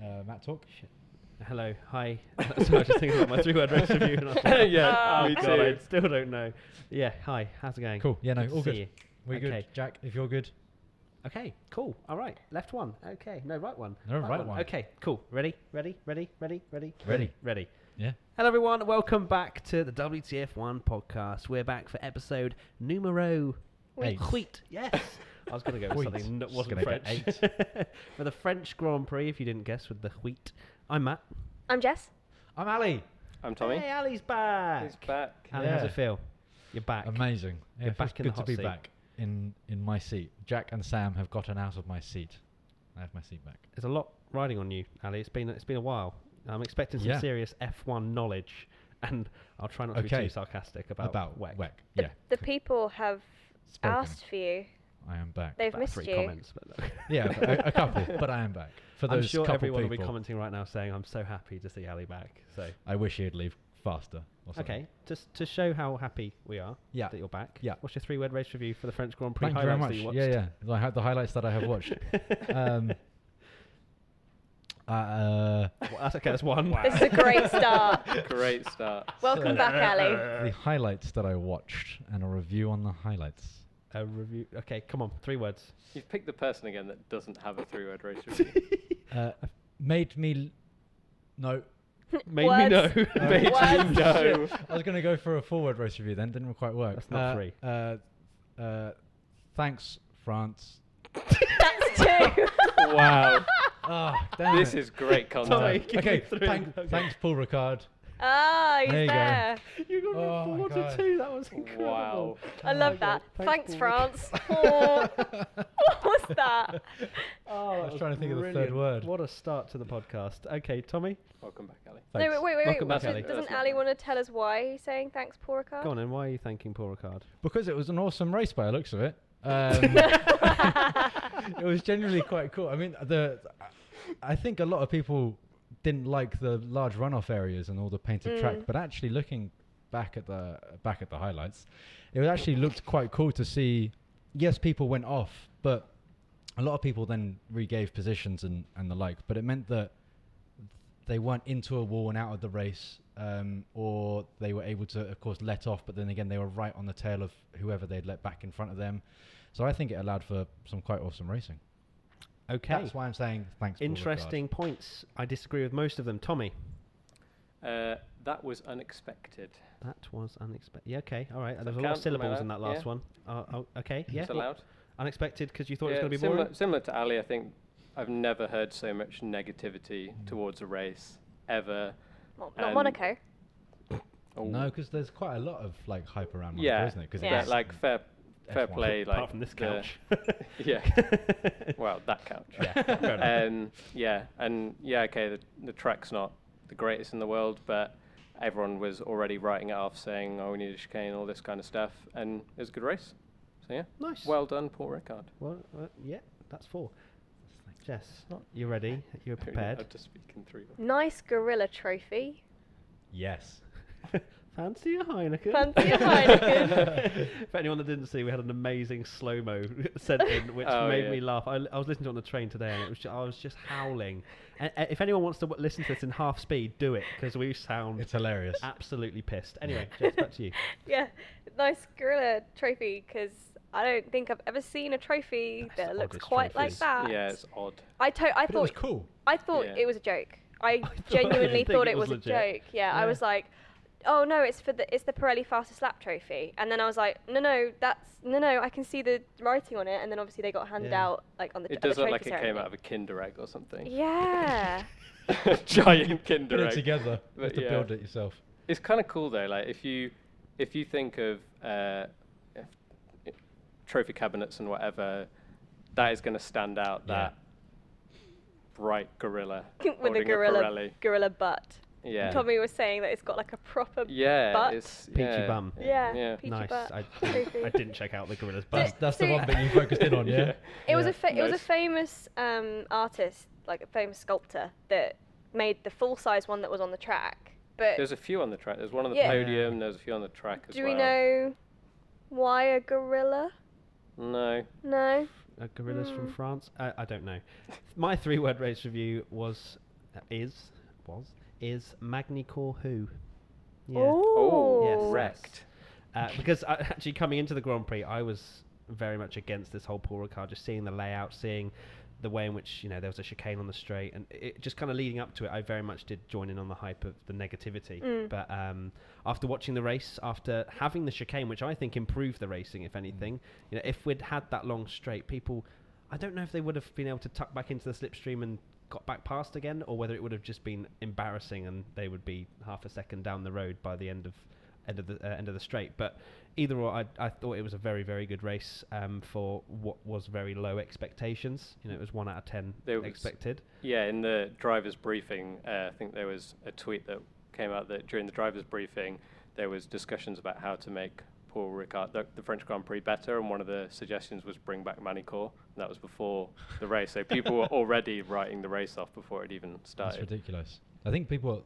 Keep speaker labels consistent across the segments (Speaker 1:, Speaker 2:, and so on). Speaker 1: that Uh, talk.
Speaker 2: Hello, hi. That's what I was just thinking about my three-word race review. And I was like,
Speaker 3: Yeah,
Speaker 2: oh,
Speaker 3: me
Speaker 2: God, I
Speaker 3: too.
Speaker 2: still don't know. Yeah, hi. How's it going?
Speaker 1: Cool. Yeah, no,
Speaker 2: to
Speaker 1: all
Speaker 2: see
Speaker 1: good.
Speaker 2: you.
Speaker 1: We're good,
Speaker 2: Okay.
Speaker 1: Jack. If you're good,
Speaker 2: Okay, cool. All right, left one. Okay, no, right one.
Speaker 1: No, right one.
Speaker 2: Okay, cool. Ready, ready, ready, ready, ready,
Speaker 1: Ready.
Speaker 2: ready.
Speaker 1: yeah.
Speaker 2: Hello, everyone. Welcome back to the WTF1 podcast. We're back for episode numero
Speaker 1: Eight.
Speaker 2: Huit. Yes. I was going to go with
Speaker 1: Huit.
Speaker 2: something that
Speaker 1: Just
Speaker 2: wasn't
Speaker 1: gonna
Speaker 2: French.
Speaker 1: go
Speaker 2: for the French Grand Prix, if you didn't guess, with the wheat. I'm Matt.
Speaker 3: I'm Jess.
Speaker 1: I'm Ali.
Speaker 3: I'm Tommy.
Speaker 2: Hey, Ali's back.
Speaker 3: He's back.
Speaker 2: Ali, how's
Speaker 1: Yeah.
Speaker 2: it feel? You're back.
Speaker 1: Amazing. Yeah,
Speaker 2: You're
Speaker 1: it feels
Speaker 2: back in the
Speaker 1: good to
Speaker 2: hot
Speaker 1: be
Speaker 2: seat.
Speaker 1: back in in my seat. Jack and Sam have gotten out of my seat. I have my seat back.
Speaker 2: There's a lot riding on you, Ali. It's been it's been a while. I'm expecting some
Speaker 1: Yeah.
Speaker 2: serious F1 knowledge, and I'll try not to be
Speaker 1: Okay.
Speaker 2: too sarcastic about
Speaker 1: About,
Speaker 2: WEC.
Speaker 1: WEC. Yeah.
Speaker 4: The people have
Speaker 1: Spoken.
Speaker 4: asked for you.
Speaker 1: I am back.
Speaker 4: They've
Speaker 2: About
Speaker 4: missed
Speaker 2: three
Speaker 4: you.
Speaker 2: comments, but look.
Speaker 1: yeah, a, a couple, but I am back. For
Speaker 2: I'm
Speaker 1: those
Speaker 2: sure
Speaker 1: couple
Speaker 2: everyone
Speaker 1: people,
Speaker 2: will be commenting right now saying, "I'm so happy to see Ali back." So
Speaker 1: I wish he'd leave faster. Or something.
Speaker 2: okay, just to show how happy we are
Speaker 1: Yeah.
Speaker 2: that you're back.
Speaker 1: Yeah.
Speaker 2: What's your three-word race review for the French Grand Prix
Speaker 1: Thank you very
Speaker 2: highlights
Speaker 1: much.
Speaker 2: that you watched?
Speaker 1: Yeah, yeah. The, hi- the highlights that I have watched. um, uh,
Speaker 2: Well, that's okay. That's one.
Speaker 4: This is a great start.
Speaker 3: Great start.
Speaker 4: Welcome back, Ali.
Speaker 1: the highlights that I watched and a review on the highlights.
Speaker 2: A review. Okay, come on, three words.
Speaker 3: You've picked the person again that doesn't have a three-word race review.
Speaker 1: Uh, made me. L- no,
Speaker 2: Made me
Speaker 4: Words.
Speaker 2: know.
Speaker 1: No.
Speaker 2: Made me
Speaker 4: Words.
Speaker 2: know.
Speaker 1: I was going to go for a forward race review then. Didn't quite work.
Speaker 2: That's not
Speaker 1: Uh,
Speaker 2: free.
Speaker 1: Uh, uh, thanks, France.
Speaker 4: That's two.
Speaker 3: wow,
Speaker 1: Ah, damn
Speaker 3: this
Speaker 1: it.
Speaker 3: is great
Speaker 2: Sorry,
Speaker 3: content.
Speaker 2: give me
Speaker 1: okay,
Speaker 2: three.
Speaker 1: thank,
Speaker 2: Okay.
Speaker 1: thanks, Paul Ricard.
Speaker 4: Ah, he's
Speaker 1: There you
Speaker 4: there.
Speaker 1: go.
Speaker 2: You got
Speaker 1: Oh my
Speaker 2: four to
Speaker 1: God.
Speaker 2: two. That was incredible.
Speaker 3: Wow.
Speaker 4: I
Speaker 2: Oh my
Speaker 4: love that.
Speaker 2: God,
Speaker 4: Thanks,
Speaker 2: Paul.
Speaker 4: France. Oh, what was that?
Speaker 2: Oh, I
Speaker 1: was trying to think of the third word.
Speaker 2: What a start to the podcast. Okay, Tommy,
Speaker 3: Welcome back, Ali.
Speaker 4: No, wait,
Speaker 1: Thanks.
Speaker 4: wait, wait.
Speaker 2: Welcome
Speaker 4: wait.
Speaker 2: back,
Speaker 4: does-
Speaker 2: Ali.
Speaker 4: Doesn't
Speaker 3: That's not
Speaker 4: Ali
Speaker 3: right.
Speaker 4: want to tell us why he's saying thanks, poor card?
Speaker 2: go on. And why are you thanking Paul Ricard?
Speaker 1: Because it was an awesome race by the looks of it. Um, it was generally quite cool. I mean, the I think a lot of people didn't like the large runoff areas and all the painted track, but actually looking back at the back at the highlights, it actually looked quite cool to see. Yes, people went off, but a lot of people then regave positions and and the like. But it meant that they weren't into a wall and out of the race, um, or they were able to, of course, let off, but then again, they were right on the tail of whoever they'd let back in front of them. So I think it allowed for some quite awesome racing.
Speaker 2: Okay.
Speaker 1: That's why I'm saying thanks. Paul Ricard.
Speaker 2: Interesting points. I disagree with most of them. Tommy,
Speaker 3: Uh, that was unexpected.
Speaker 2: that was unexpected. Yeah, okay, all right. There was
Speaker 3: Does that
Speaker 2: a lot of
Speaker 3: count? Am I
Speaker 2: syllables in that
Speaker 3: allowed?
Speaker 2: last
Speaker 3: Yeah.
Speaker 2: one. Uh, oh, okay, yeah.
Speaker 3: It's allowed.
Speaker 2: Unexpected because you thought it was
Speaker 3: Yeah,
Speaker 2: going to be
Speaker 3: similar,
Speaker 2: boring.
Speaker 3: similar to Ali, I think I've never heard so much negativity
Speaker 2: Mm.
Speaker 3: towards a race ever.
Speaker 4: Well,
Speaker 3: Um,
Speaker 4: not Monaco.
Speaker 3: Oh,
Speaker 1: No, because there's quit a lot of like hype around Monaco,
Speaker 3: Yeah,
Speaker 1: isn't it? Because
Speaker 4: Yeah.
Speaker 3: But like fair, fair
Speaker 1: F1.
Speaker 3: play. Like
Speaker 2: Apart from this
Speaker 3: the-
Speaker 2: couch.
Speaker 3: yeah. Well, that couch.
Speaker 2: fair enough.
Speaker 3: um, yeah, and yeah, okay, the, the track's not the greatest in the world, but everyone was already writing it off, saying, oh, we need a chicane, all this kind of stuff, and it was a good race. So yeah,
Speaker 2: nice.
Speaker 3: well done, Paul Ricard.
Speaker 2: Well, uh, yeah, that's four. Jess, you ready? You're
Speaker 3: I
Speaker 2: prepared.
Speaker 3: to speak in three words.
Speaker 4: Nice gorilla trophy.
Speaker 1: yes,
Speaker 2: Fancy a Heineken.
Speaker 4: Fancy a Heineken.
Speaker 2: For anyone that didn't see, we had an amazing slow mo sent in, which
Speaker 3: Oh,
Speaker 2: made
Speaker 3: yeah.
Speaker 2: me laugh. I, I was listening to it on the train today, and it was ju- I was just howling. And, uh, if anyone wants to w- listen to this in half speed, do it because we sound
Speaker 1: it's hilarious.
Speaker 2: absolutely pissed. Anyway, Jess, back to you.
Speaker 4: Yeah, nice gorilla trophy because I don't think I've ever seen a trophy
Speaker 2: That's the
Speaker 4: that looks
Speaker 2: oddest
Speaker 4: quite
Speaker 2: trophies.
Speaker 4: like that.
Speaker 3: Yeah, it's odd.
Speaker 4: I to- I
Speaker 1: but it was
Speaker 4: thought
Speaker 1: cool.
Speaker 4: I thought
Speaker 3: Yeah.
Speaker 4: it was a joke. I
Speaker 2: thought-
Speaker 4: genuinely
Speaker 2: didn't think
Speaker 4: thought
Speaker 2: it
Speaker 4: it
Speaker 2: was
Speaker 4: was a
Speaker 2: legit.
Speaker 4: joke. Yeah,
Speaker 1: Yeah.
Speaker 4: I was like, "Oh no, it's for the it's the Pirelli fastest lap trophy." And then I was like, "No, no, that's no, no. I can see the writing on it." And then obviously they got handed
Speaker 2: Yeah.
Speaker 4: out like on the.
Speaker 3: It
Speaker 4: at the
Speaker 3: does look
Speaker 4: trophy
Speaker 3: like it came
Speaker 4: ceremony.
Speaker 3: out of a Kinder Egg or something.
Speaker 4: Yeah,
Speaker 1: Put
Speaker 3: Giant Kinder
Speaker 1: it
Speaker 3: Egg.
Speaker 1: together. You have
Speaker 3: But
Speaker 1: to
Speaker 3: yeah.
Speaker 1: build it yourself.
Speaker 3: It's kind of cool though. Like if you if you think of uh, if, i- trophy cabinets and whatever, that is going to stand out.
Speaker 1: Yeah.
Speaker 3: That bright gorilla
Speaker 4: with
Speaker 3: holding
Speaker 4: the
Speaker 3: a
Speaker 4: gorilla
Speaker 3: Pirelli.
Speaker 4: gorilla butt.
Speaker 3: Yeah.
Speaker 4: Tommy was saying that it's got like a proper
Speaker 3: yeah.
Speaker 4: butt.
Speaker 3: It's
Speaker 2: Peachy
Speaker 3: yeah,
Speaker 2: bum.
Speaker 4: yeah,
Speaker 3: Yeah.
Speaker 4: peachy
Speaker 2: nice.
Speaker 4: butt.
Speaker 2: I,
Speaker 4: Trophy.
Speaker 2: I didn't check out the gorilla's
Speaker 1: That's,
Speaker 2: butt.
Speaker 1: that's the
Speaker 4: so-
Speaker 1: one that you focused in on, yeah.
Speaker 4: It was
Speaker 1: Yeah.
Speaker 4: a fa- it was a
Speaker 3: Nice.
Speaker 4: famous um, artist, like a famous sculptor that made the full size one that was on the track. But
Speaker 3: There's a few on the track. There's one on the
Speaker 4: Yeah.
Speaker 3: podium. There's a few on the track as
Speaker 4: do
Speaker 3: well.
Speaker 4: we know why a gorilla?
Speaker 3: No.
Speaker 4: No. Mm.
Speaker 2: Uh, gorillas from France? I, I don't know. My three word race review was uh, is was is Magni Core who? Yes,
Speaker 4: Oh.
Speaker 2: yes.
Speaker 3: wrecked.
Speaker 2: Uh, because I, actually coming into the Grand Prix, I was very much against this whole Paul Ricard. Just seeing the layout, seeing the way in which you know there was a chicane on the straight, and it just kind of leading up to it, I very much did join in on the hype of the negativity.
Speaker 4: Mm.
Speaker 2: But um, after watching the race, after having the chicane, which I think improved the racing, if anything, you know, if we'd had that long straight, people, I don't know if they would have been able to tuck back into the slipstream and got back past again, or whether it would have just been embarrassing and they would be half a second down the road by the end of end of the uh, end of the straight. But either or, I, I thought it was a very very good race um, for what was very low expectations. You know, it was one out of ten
Speaker 3: There was-
Speaker 2: expected.
Speaker 3: Yeah, in the driver's briefing, uh, I think there was a tweet that came out that during the driver's briefing, there was discussions about how to make Paul Ricard, the, the French Grand Prix, better, and one of the suggestions was bring back Manicourt, and that was before the race. So people were already writing the race off before it even
Speaker 1: That's
Speaker 3: started.
Speaker 1: ridiculous. I think people.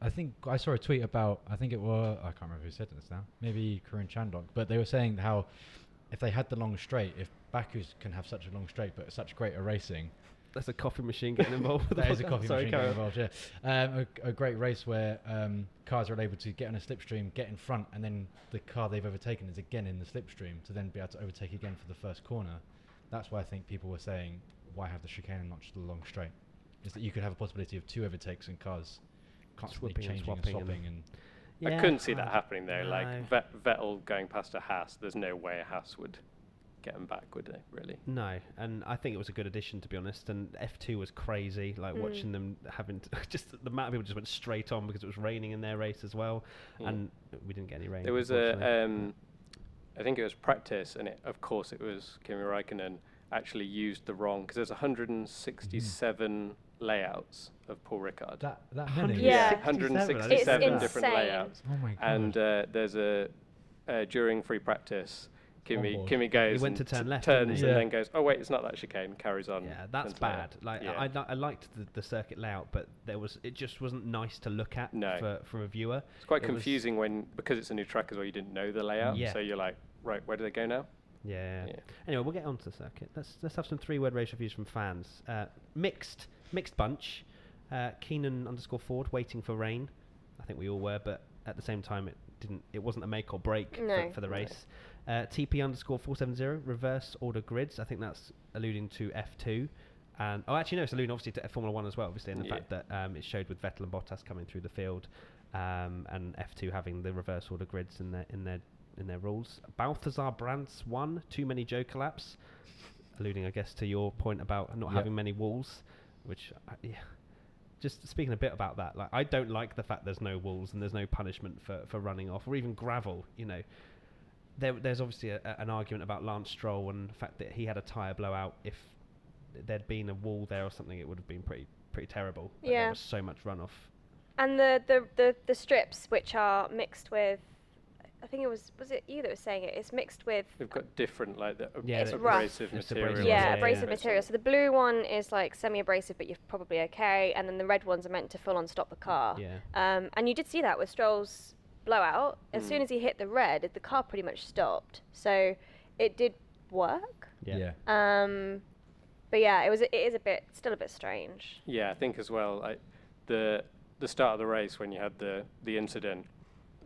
Speaker 1: I think I saw a tweet about. I think it was. I can't remember who said this now. Maybe Corinne Chandok, but they were saying how if they had the long straight, if Baku's can have such a long straight but such greater racing,
Speaker 2: That's a coffee machine getting involved. with the
Speaker 1: that is a
Speaker 2: podcast.
Speaker 1: coffee
Speaker 2: Sorry,
Speaker 1: machine
Speaker 2: carry
Speaker 1: getting
Speaker 2: on.
Speaker 1: involved. Yeah, um, a, a great race where um, cars are able to get on a slipstream, get in front, and then the car they've overtaken is again in the slipstream to then be able to overtake again for the first corner. That's why I think people were saying why have the chicane and not just the long straight, is that you could have a possibility of two overtakes and cars constantly
Speaker 2: Swapping and
Speaker 1: changing and
Speaker 2: swapping and-
Speaker 1: swapping and,
Speaker 3: I
Speaker 2: Yeah,
Speaker 3: couldn't see
Speaker 2: I-
Speaker 3: that happening though.
Speaker 2: no.
Speaker 3: Like Vet- Vettel going past a Haas, there's no way a Haas would get him back, would they? Really?
Speaker 2: No, and I think it was a good addition to be honest. And F two was crazy, like
Speaker 4: Mm.
Speaker 2: watching them having t- just the amount of people just went straight on because it was raining in their race as well,
Speaker 3: Yeah.
Speaker 2: and we didn't get any rain.
Speaker 3: Hmm. There was
Speaker 2: unfortunately.
Speaker 3: a, um, I think it was practice, and it, of course it was Kimi Raikkonen actually used the wrong because there's 167 layouts of Paul Ricard.
Speaker 1: that that many.
Speaker 2: 167,
Speaker 4: Yeah.
Speaker 2: I didn't
Speaker 3: 167
Speaker 2: know
Speaker 4: It's
Speaker 2: that.
Speaker 3: different
Speaker 4: insane.
Speaker 3: layouts,
Speaker 1: Oh my god.
Speaker 3: and uh, there's a uh, during free practice. Kimi,
Speaker 1: board.
Speaker 3: Kimi goes.
Speaker 2: went
Speaker 3: and
Speaker 2: to turn
Speaker 3: t-
Speaker 2: left, didn't
Speaker 3: Turns
Speaker 1: he?
Speaker 3: and
Speaker 1: Yeah.
Speaker 3: then goes. Oh wait, it's not that chicane. Carries on.
Speaker 2: Yeah, that's
Speaker 3: turns left.
Speaker 2: bad. Like
Speaker 3: Yeah.
Speaker 2: I, li- I liked the, the circuit layout, but there was it just wasn't nice to look at
Speaker 3: No.
Speaker 2: for, from a viewer.
Speaker 3: it's quite
Speaker 2: it was-
Speaker 3: confusing when because it's a new track as well. You didn't know the layout,
Speaker 2: Yeah.
Speaker 3: so you're like, right, where do they go now?
Speaker 2: Yeah.
Speaker 3: Yeah.
Speaker 2: Anyway, we'll get on to the circuit. Let's let's have some three word race reviews from fans. Uh, mixed mixed bunch. Uh, Keenan underscore Ford waiting for rain. I think we all were, but at the same time, it didn't. It wasn't a make or break
Speaker 4: No.
Speaker 2: for, for the
Speaker 3: No.
Speaker 2: race. Uh, TP underscore four seven zero reverse order grids. I think that's alluding to F two. And oh, actually no, it's alluding obviously to Formula One as well. Obviously, and the
Speaker 3: Yeah.
Speaker 2: fact that um, it showed with Vettel and Bottas coming through the field, um, and F two having the reverse order grids in their in their in their rules. Balthazar Brands won. Too many Joker laps, alluding, I guess, to your point about not
Speaker 1: Yep.
Speaker 2: having many walls, which I, yeah. Just speaking a bit about that, like I don't like the fact there's no walls and there's no punishment for, for running off or even gravel. You know, there, there's obviously a, a- an argument about Lance Stroll and the fact that he had a tyre blowout. If there'd been a wall there or something, it would have been pretty pretty terrible. But
Speaker 4: Yeah.
Speaker 2: there was so much runoff.
Speaker 4: And the, the, the, the strips, which are mixed with, I think it was, was it you that was saying it? It's mixed with,
Speaker 3: We've got different like the ab-
Speaker 2: Yeah, It's
Speaker 4: rough.
Speaker 3: abrasive
Speaker 2: It's
Speaker 3: material.
Speaker 2: abrasive,
Speaker 3: and
Speaker 4: yeah,
Speaker 2: yeah,
Speaker 4: abrasive
Speaker 2: yeah.
Speaker 4: material. So the blue one is like semi abrasive, but you're probably okay. And then the red ones are meant to full on stop the car.
Speaker 2: Yeah.
Speaker 4: Um, and you did see that with Stroll's blowout. As
Speaker 3: Mm.
Speaker 4: soon as he hit the red, the car pretty much stopped. So it did work.
Speaker 1: yeah. yeah.
Speaker 4: Um, but yeah, it was it is a bit still a bit strange.
Speaker 3: Yeah, I think as well. I, the the start of the race when you had the the incident.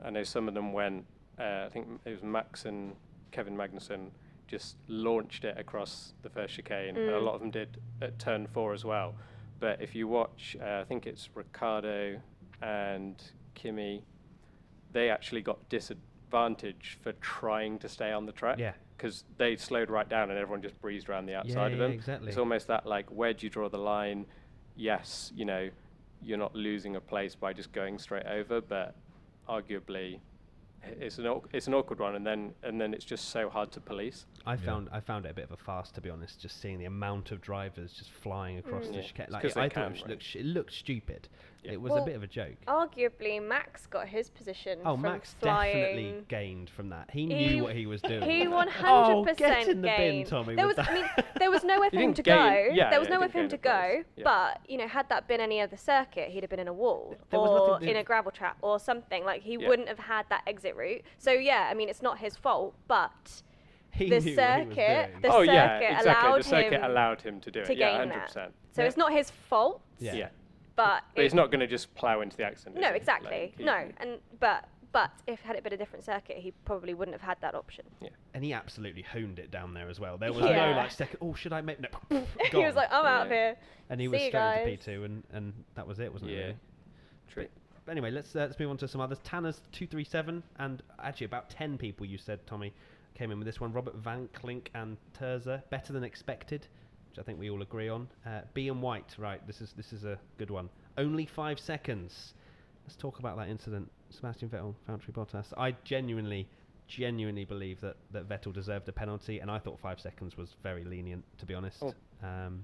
Speaker 3: I know some of them went. Uh, I think it was Max and Kevin Magnussen just launched it across the first chicane, and a
Speaker 4: Mm.
Speaker 3: lot of them did at turn four as well. But if you watch, uh, I think it's Ricardo and Kimi, they actually got disadvantage for trying to stay on the track
Speaker 2: Yeah.
Speaker 3: because they slowed right down and everyone just breezed around the outside of
Speaker 2: yeah,
Speaker 3: them.
Speaker 2: exactly.
Speaker 3: It's almost that like, where do you draw the line? Yes, you know, you're not losing a place by just going straight over, but arguably, i- it's an awk- it's an awkward one, and then and then it's just so hard to police.
Speaker 2: I
Speaker 1: Yeah.
Speaker 2: found I found it a bit of a farce to be honest. Just seeing the amount of drivers just flying across
Speaker 4: Mm.
Speaker 2: the
Speaker 3: Yeah,
Speaker 2: chicane,
Speaker 3: it's
Speaker 2: like
Speaker 3: 'cause they
Speaker 2: I thought
Speaker 3: can,
Speaker 2: it
Speaker 3: right?
Speaker 2: looked, sh- it looked stupid.
Speaker 3: Yeah.
Speaker 2: It was a
Speaker 4: Well,
Speaker 2: bit of a joke.
Speaker 4: Arguably, Max got his position.
Speaker 2: Oh,
Speaker 4: from
Speaker 2: Max
Speaker 4: flying.
Speaker 2: definitely gained from that. He knew
Speaker 4: He-
Speaker 2: what he was doing.
Speaker 4: He 100%
Speaker 2: Oh, get in the bin,
Speaker 4: gained.
Speaker 2: Tommy.
Speaker 4: there was,
Speaker 2: with
Speaker 4: I
Speaker 2: that.
Speaker 4: mean, there was nowhere for
Speaker 3: He
Speaker 4: him
Speaker 3: didn't
Speaker 4: to
Speaker 3: gain-
Speaker 4: go.
Speaker 3: yeah,
Speaker 4: there was
Speaker 3: yeah, he
Speaker 4: nowhere
Speaker 3: didn't
Speaker 4: for him
Speaker 3: gain
Speaker 4: to
Speaker 3: the prize.
Speaker 4: go.
Speaker 3: Yeah.
Speaker 4: But you know, had that been any other circuit, he'd have been in a wall
Speaker 2: There was nothing
Speaker 4: or
Speaker 2: to do-
Speaker 4: in a gravel trap or something. Like he
Speaker 3: Yeah.
Speaker 4: wouldn't have had that exit route. So yeah, I mean, it's not his fault, but
Speaker 2: He knew
Speaker 4: the
Speaker 2: what he was
Speaker 4: circuit,
Speaker 2: doing.
Speaker 4: the
Speaker 3: oh
Speaker 4: circuit
Speaker 3: yeah, exactly.
Speaker 4: allowed
Speaker 3: The circuit
Speaker 4: him
Speaker 3: allowed him to do
Speaker 4: to
Speaker 3: it. Yeah,
Speaker 4: gain that.
Speaker 3: 100%.
Speaker 4: So it's not his fault.
Speaker 2: Yeah.
Speaker 3: Yeah.
Speaker 4: but,
Speaker 3: But he's
Speaker 4: it-
Speaker 3: not going to just plow into the accident.
Speaker 4: no,
Speaker 3: is he?
Speaker 4: exactly.
Speaker 3: Like, he-
Speaker 4: no, and but but if had it been a different circuit, he probably wouldn't have had that option.
Speaker 2: And he absolutely honed it down there as well. There was
Speaker 4: Yeah.
Speaker 2: no like second. Oh, should I make? No.
Speaker 4: he was
Speaker 2: gone.
Speaker 4: like, I'm out of
Speaker 3: Yeah.
Speaker 4: here.
Speaker 2: and he
Speaker 4: "See
Speaker 2: was
Speaker 4: you
Speaker 2: straight into P
Speaker 4: guys."
Speaker 2: two, and and that was it, wasn't it?
Speaker 3: Yeah.
Speaker 2: really?
Speaker 3: True.
Speaker 2: But anyway, let's uh, let's move on to some others. Tanner's two three seven, and actually about ten people you said Tommy came in with this one. Robert Van Klink and Terza, better than expected, which I think we all agree on. Uh, B and White, right? This is this is a good one. Only five seconds. Let's talk about that incident. Sebastian Vettel, Valtteri Bottas. I genuinely, genuinely believe that, that Vettel deserved a penalty, and I thought five seconds was very lenient, to be honest.
Speaker 3: Oh.
Speaker 2: Um,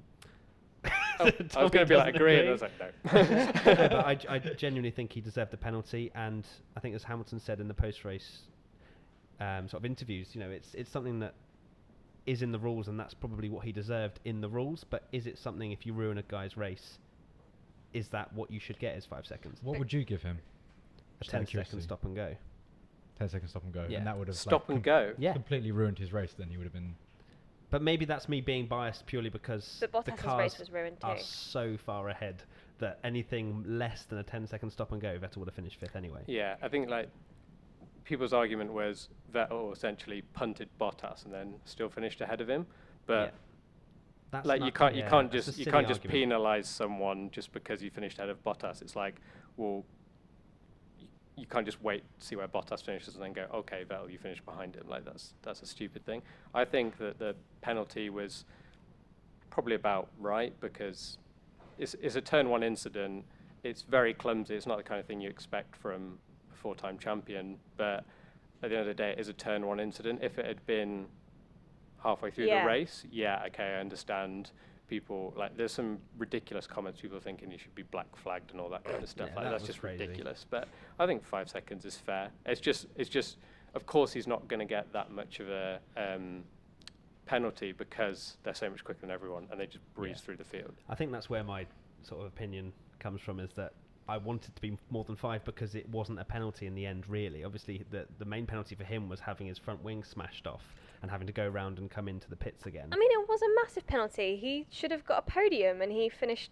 Speaker 3: Oh, I
Speaker 2: Tommy
Speaker 3: was going to be like
Speaker 2: doesn't
Speaker 3: agree, and I was like
Speaker 2: No,
Speaker 3: no.
Speaker 2: but I, I genuinely think he deserved the penalty, and I think as Hamilton said in the post-race um, sort of interviews, you know, it's it's something that is in the rules, and that's probably what he deserved in the rules. But is it something if you ruin a guy's race, is that what you should get? Is five seconds,
Speaker 1: What would you give him?
Speaker 2: a
Speaker 1: Just out of
Speaker 2: 10-second
Speaker 1: curiosity.
Speaker 2: stop and go?
Speaker 1: 10 seconds stop and go.
Speaker 2: Yeah.
Speaker 1: And that would have
Speaker 3: Stop
Speaker 1: like,
Speaker 3: and
Speaker 1: com-
Speaker 3: go.
Speaker 2: Yeah,
Speaker 1: completely ruined his race. Then he would have been.
Speaker 2: but maybe that's me being biased purely because
Speaker 4: But
Speaker 2: the
Speaker 4: Bottas' race
Speaker 2: cars
Speaker 4: was ruined too.
Speaker 2: are so far ahead that anything less than a 10-second stop and go, Vettel would have finished fifth anyway.
Speaker 3: Yeah, I think like people's argument was Vettel essentially punted Bottas and then still finished ahead of him,
Speaker 2: Yeah.
Speaker 3: but
Speaker 2: That's
Speaker 3: like you
Speaker 2: not-
Speaker 3: can't
Speaker 2: yeah,
Speaker 3: you can't
Speaker 2: that's a
Speaker 3: just you
Speaker 2: silly
Speaker 3: can't just
Speaker 2: argument.
Speaker 3: penalize someone just because you finished ahead of Bottas. It's like well. y- You can't just wait, see where Bottas finishes, and then go, okay, Vettel, you finished behind him. Like that's that's a stupid thing. I think that the penalty was probably about right because it's, it's a turn one incident. It's very clumsy. It's not the kind of thing you expect from a four time champion. But at the end of the day, it is a turn one incident. If it had been halfway through
Speaker 4: Yeah.
Speaker 3: the race, yeah, okay, I understand. People like there's some ridiculous comments. People thinking you should be black flagged and all that kind of stuff.
Speaker 2: Yeah,
Speaker 3: like
Speaker 2: that
Speaker 3: that's
Speaker 2: was
Speaker 3: just
Speaker 2: crazy.
Speaker 3: ridiculous. But I think five seconds is fair. It's just it's just of course he's not going to get that much of a um, penalty because they're so much quicker than everyone and they just breeze
Speaker 2: Yeah.
Speaker 3: through the field.
Speaker 2: I think that's where my sort of opinion comes from is that I wanted to be more than five because it wasn't a penalty in the end, really. Obviously, the, the main penalty for him was having his front wing smashed off and having to go round and come into the pits again.
Speaker 4: I mean, it was a massive penalty. He should have got a podium, and he finished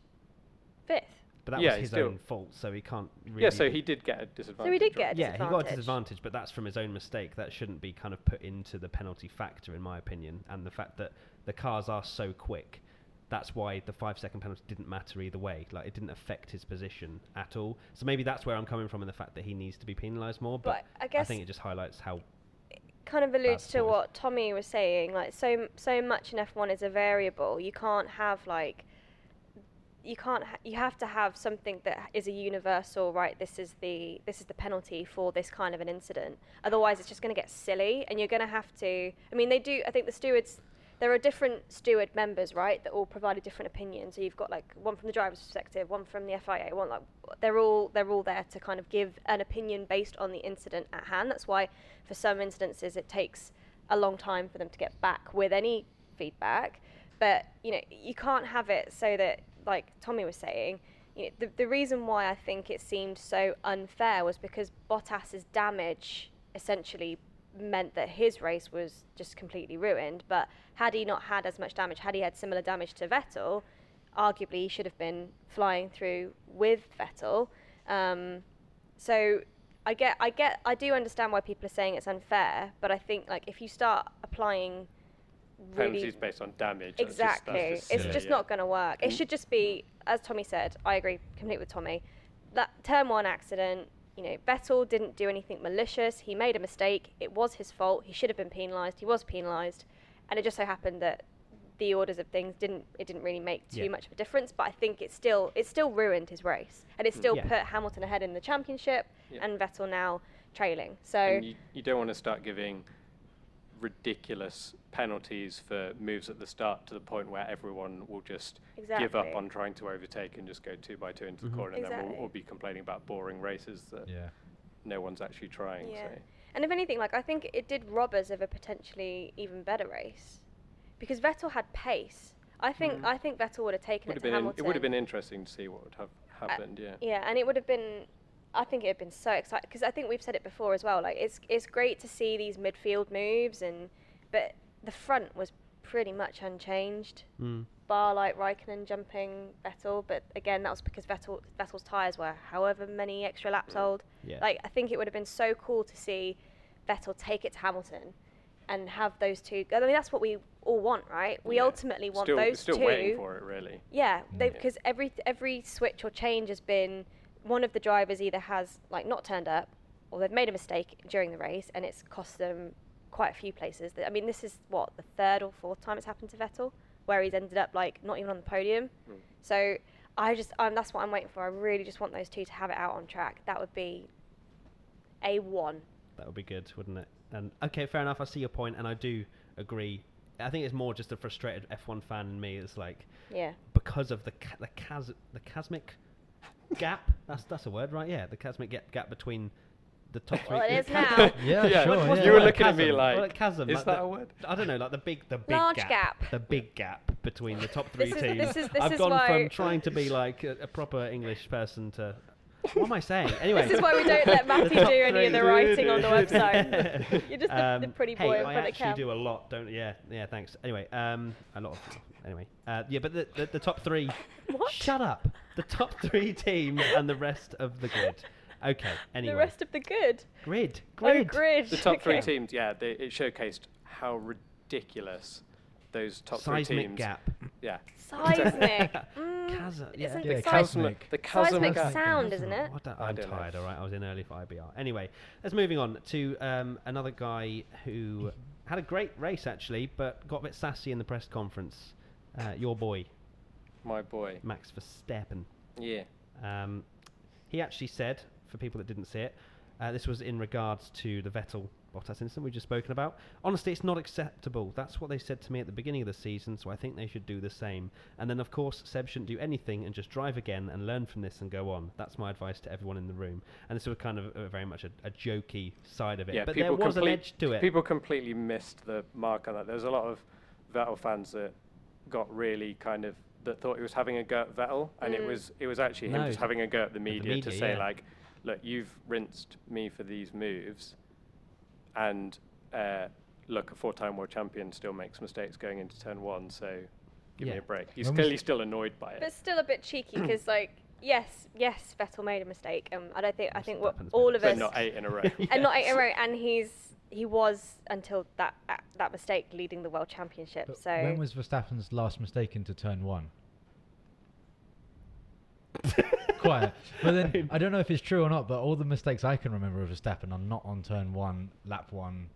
Speaker 4: fifth.
Speaker 2: but that
Speaker 3: Yeah,
Speaker 2: was
Speaker 3: he
Speaker 2: his
Speaker 3: still-
Speaker 2: own fault, so he can't really.
Speaker 3: Yeah, so he did get a disadvantage.
Speaker 4: So he did
Speaker 3: right?
Speaker 4: get a
Speaker 2: Yeah, he got a
Speaker 4: disadvantage.
Speaker 2: disadvantage, but that's from his own mistake. That shouldn't be kind of put into the penalty factor, in my opinion. And the fact that the cars are so quick, that's why the five second penalty didn't matter either way. Like it didn't affect his position at all. So maybe that's where I'm coming from in the fact that he needs to be penalised more. But,
Speaker 4: But I guess
Speaker 2: think it just highlights how
Speaker 4: kind of alludes
Speaker 2: That's
Speaker 4: to
Speaker 2: what it-
Speaker 4: what Tommy was saying. Like so, m- so much in F1 is a variable. You can't have like, you can't. Ha- you have to have something that is a universal. Right, this is the this is the penalty for this kind of an incident. Otherwise, it's just going to get silly, and you're going to have to. I mean, they do. I think the stewards. There are different steward members, right, that all provide a different opinion. So you've got like one from the driver's perspective, one from the FIA, one like they're all they're all there to kind of give an opinion based on the incident at hand. That's why for some instances it takes a long time for them to get back with any feedback but you know you can't have it so that like tommy was saying you know, the, the reason why i think it seemed so unfair was because bottas's damage essentially meant that his race was just completely ruined but had he not had as much damage had he had similar damage to vettel arguably he should have been flying through with vettel um, so I get, I get, I do understand why people are saying it's unfair, but I think like if you start applying
Speaker 3: Penalties
Speaker 4: really
Speaker 3: based on damage. that's just- that's
Speaker 4: exactly, it's
Speaker 3: silly,
Speaker 4: just
Speaker 3: yeah.
Speaker 4: not going to work. It
Speaker 3: Mm.
Speaker 4: should just be, as Tommy said, I agree completely with Tommy. That turn one accident, you know, Vettel didn't do anything malicious. He made a mistake. It was his fault. He should have been penalised. He was penalised, and it just so happened that the orders of things didn't it didn't really make too
Speaker 2: Yeah.
Speaker 4: much of a difference but i think it still it still ruined his race and it still
Speaker 2: Yeah.
Speaker 4: put hamilton ahead in the championship
Speaker 3: Mm, Yeah.
Speaker 4: and vettel now trailing so
Speaker 3: And you, you don't want to start giving ridiculous penalties for moves at the start to the point where everyone will just give
Speaker 4: Exactly.
Speaker 3: up on trying to overtake and just go two by two into
Speaker 2: Mhm.
Speaker 3: the corner, and then
Speaker 4: Exactly.
Speaker 3: we'll, we'll be complaining about boring races that
Speaker 1: Yeah.
Speaker 3: no one's actually trying.
Speaker 4: Yeah.
Speaker 3: So.
Speaker 4: and if anything like i think it did rob us of a potentially even better race because vettel had pace i think
Speaker 3: Mhm.
Speaker 4: i think vettel would have taken
Speaker 3: Would
Speaker 4: it
Speaker 3: have
Speaker 4: to
Speaker 3: been in,
Speaker 4: hamilton Uh,
Speaker 3: it would have been interesting to see what would have happened. yeah.
Speaker 4: Yeah, and it would have been. I think it would have been so exciting because I think we've said it before as well. Like it's it's great to see these midfield moves and, but the front was pretty much unchanged.
Speaker 2: mm,
Speaker 4: bar like Raikkonen jumping Vettel, but again, that was because Vettel, Vettel's tyres were however many extra laps
Speaker 3: Mm,
Speaker 4: old.
Speaker 2: Yeah.
Speaker 4: Like, I think it would have been so cool to see Vettel take it to Hamilton and have those two. I mean, that's what we all want, right? We
Speaker 3: Yeah.
Speaker 4: ultimately want
Speaker 3: still,
Speaker 4: those
Speaker 3: still
Speaker 4: two.
Speaker 3: waiting for it, really.
Speaker 4: Yeah,
Speaker 2: Mm.
Speaker 3: Yeah.
Speaker 4: because every every switch or change has been one of the drivers either has like not turned up or they've made a mistake during the race and it's cost them quite a few places. Th- I mean, this is what the third or fourth time it's happened to Vettel, where he's ended up like not even on the podium.
Speaker 3: Mm.
Speaker 4: So I just um, that's what I'm waiting for. I really just want those two to have it out on track. That would be a one.
Speaker 2: That would be good, wouldn't it? And okay, fair enough. I see your point, and I do agree. I think it's more just a frustrated F1 fan in me. It's like
Speaker 4: Yeah.
Speaker 2: because of the ca- the chas- the cosmic gap. That's that's a word, right? Yeah, the cosmic gap gap between the top three.
Speaker 4: Well, it
Speaker 2: the
Speaker 4: is
Speaker 2: ca-
Speaker 4: now.
Speaker 1: Yeah, sure.
Speaker 2: what- what's
Speaker 1: yeah.
Speaker 2: the
Speaker 3: You were
Speaker 2: word?
Speaker 3: looking at me
Speaker 2: Chasm.
Speaker 3: like,
Speaker 2: Well, chasm,
Speaker 3: is
Speaker 2: like
Speaker 3: that
Speaker 2: the-
Speaker 3: a word?
Speaker 2: I don't know, like the big, the big
Speaker 4: Large gap.
Speaker 2: the big gap between the top three
Speaker 4: This is-
Speaker 2: teams.
Speaker 4: this is- this
Speaker 2: I've
Speaker 4: is
Speaker 2: gone
Speaker 4: why-
Speaker 2: from trying to be like a, a proper English person to what am I saying? Anyway,
Speaker 4: This is why we don't let
Speaker 2: The
Speaker 4: Matthew do
Speaker 2: top
Speaker 4: any of
Speaker 2: three.
Speaker 4: the
Speaker 2: Um,
Speaker 4: writing on the website. You're just the- the pretty boy
Speaker 2: hey,
Speaker 4: in
Speaker 2: I
Speaker 4: front of
Speaker 2: actually
Speaker 4: Cam.
Speaker 2: do a lot, don't yeah, yeah. Thanks. Anyway, um, a lot of anyway, uh, yeah. But the, the the top three.
Speaker 4: What?
Speaker 2: Shut up. The top three teams and the rest of the grid. Okay. Anyway,
Speaker 4: The rest of the good.
Speaker 2: grid,
Speaker 4: Oh,
Speaker 2: grid.
Speaker 4: grid.
Speaker 3: The top three
Speaker 4: Okay.
Speaker 3: teams, yeah, they, it showcased how ridiculous those top
Speaker 2: Seismic
Speaker 3: three teams.
Speaker 2: gap.
Speaker 3: Yeah.
Speaker 4: Seismic.
Speaker 2: Chasm,
Speaker 4: mm,
Speaker 2: yeah.
Speaker 4: isn't
Speaker 1: Yeah,
Speaker 4: seis-
Speaker 1: chasm.
Speaker 3: Seismic- The
Speaker 4: Seismic
Speaker 3: chasm gap.
Speaker 4: sound, isn't it?
Speaker 2: Oh, What the-
Speaker 3: I
Speaker 2: I'm
Speaker 3: don't know.
Speaker 2: tired, all right. I was in early for IBR. Anyway, let's moving on to um, another guy who had a great race actually, but got a bit sassy in the press conference. Uh, your boy,
Speaker 3: My boy.
Speaker 2: Max Verstappen.
Speaker 3: Yeah.
Speaker 2: Um, he actually said, for people that didn't see it, uh, this was in regards to the Vettel Bottas incident we've just spoken about. Honestly, it's not acceptable. That's what they said to me at the beginning of the season, so I think they should do the same. And then, of course, Seb shouldn't do anything and just drive again and learn from this and go on. That's my advice to everyone in the room. And this was kind of uh very much a, a jokey side of it,
Speaker 3: Yeah,
Speaker 2: but there
Speaker 3: people
Speaker 2: was an
Speaker 3: complete-
Speaker 2: edge to it.
Speaker 3: People completely missed the mark on that. There was a lot of Vettel fans that got really kind of that thought he was having a go at Vettel, and it
Speaker 4: Mm.
Speaker 3: was it was actually him
Speaker 2: No,
Speaker 3: just having a go at the media, to
Speaker 2: media,
Speaker 3: say
Speaker 2: yeah.
Speaker 3: like, look, you've rinsed me for these moves, and uh, look, a four-time world champion still makes mistakes going into turn one, so give me
Speaker 2: Yeah.
Speaker 3: a break. He's
Speaker 1: When was-
Speaker 3: clearly still annoyed by it.
Speaker 4: But still a bit cheeky because, like, yes, yes, Vettel made a mistake. Um, and I think I
Speaker 2: Yes,
Speaker 4: think
Speaker 2: it
Speaker 4: what
Speaker 2: happens,
Speaker 4: all
Speaker 2: mate.
Speaker 4: of
Speaker 3: But
Speaker 4: us
Speaker 3: not eight in a row.
Speaker 4: and not eight in a row, and he's he was until that that- that mistake leading the world championship.
Speaker 1: But
Speaker 4: so
Speaker 1: When was Verstappen's last mistake into turn one? Quiet. But then I don't know if it's true or not, but all the mistakes I can remember of Verstappen are not on turn one, lap one.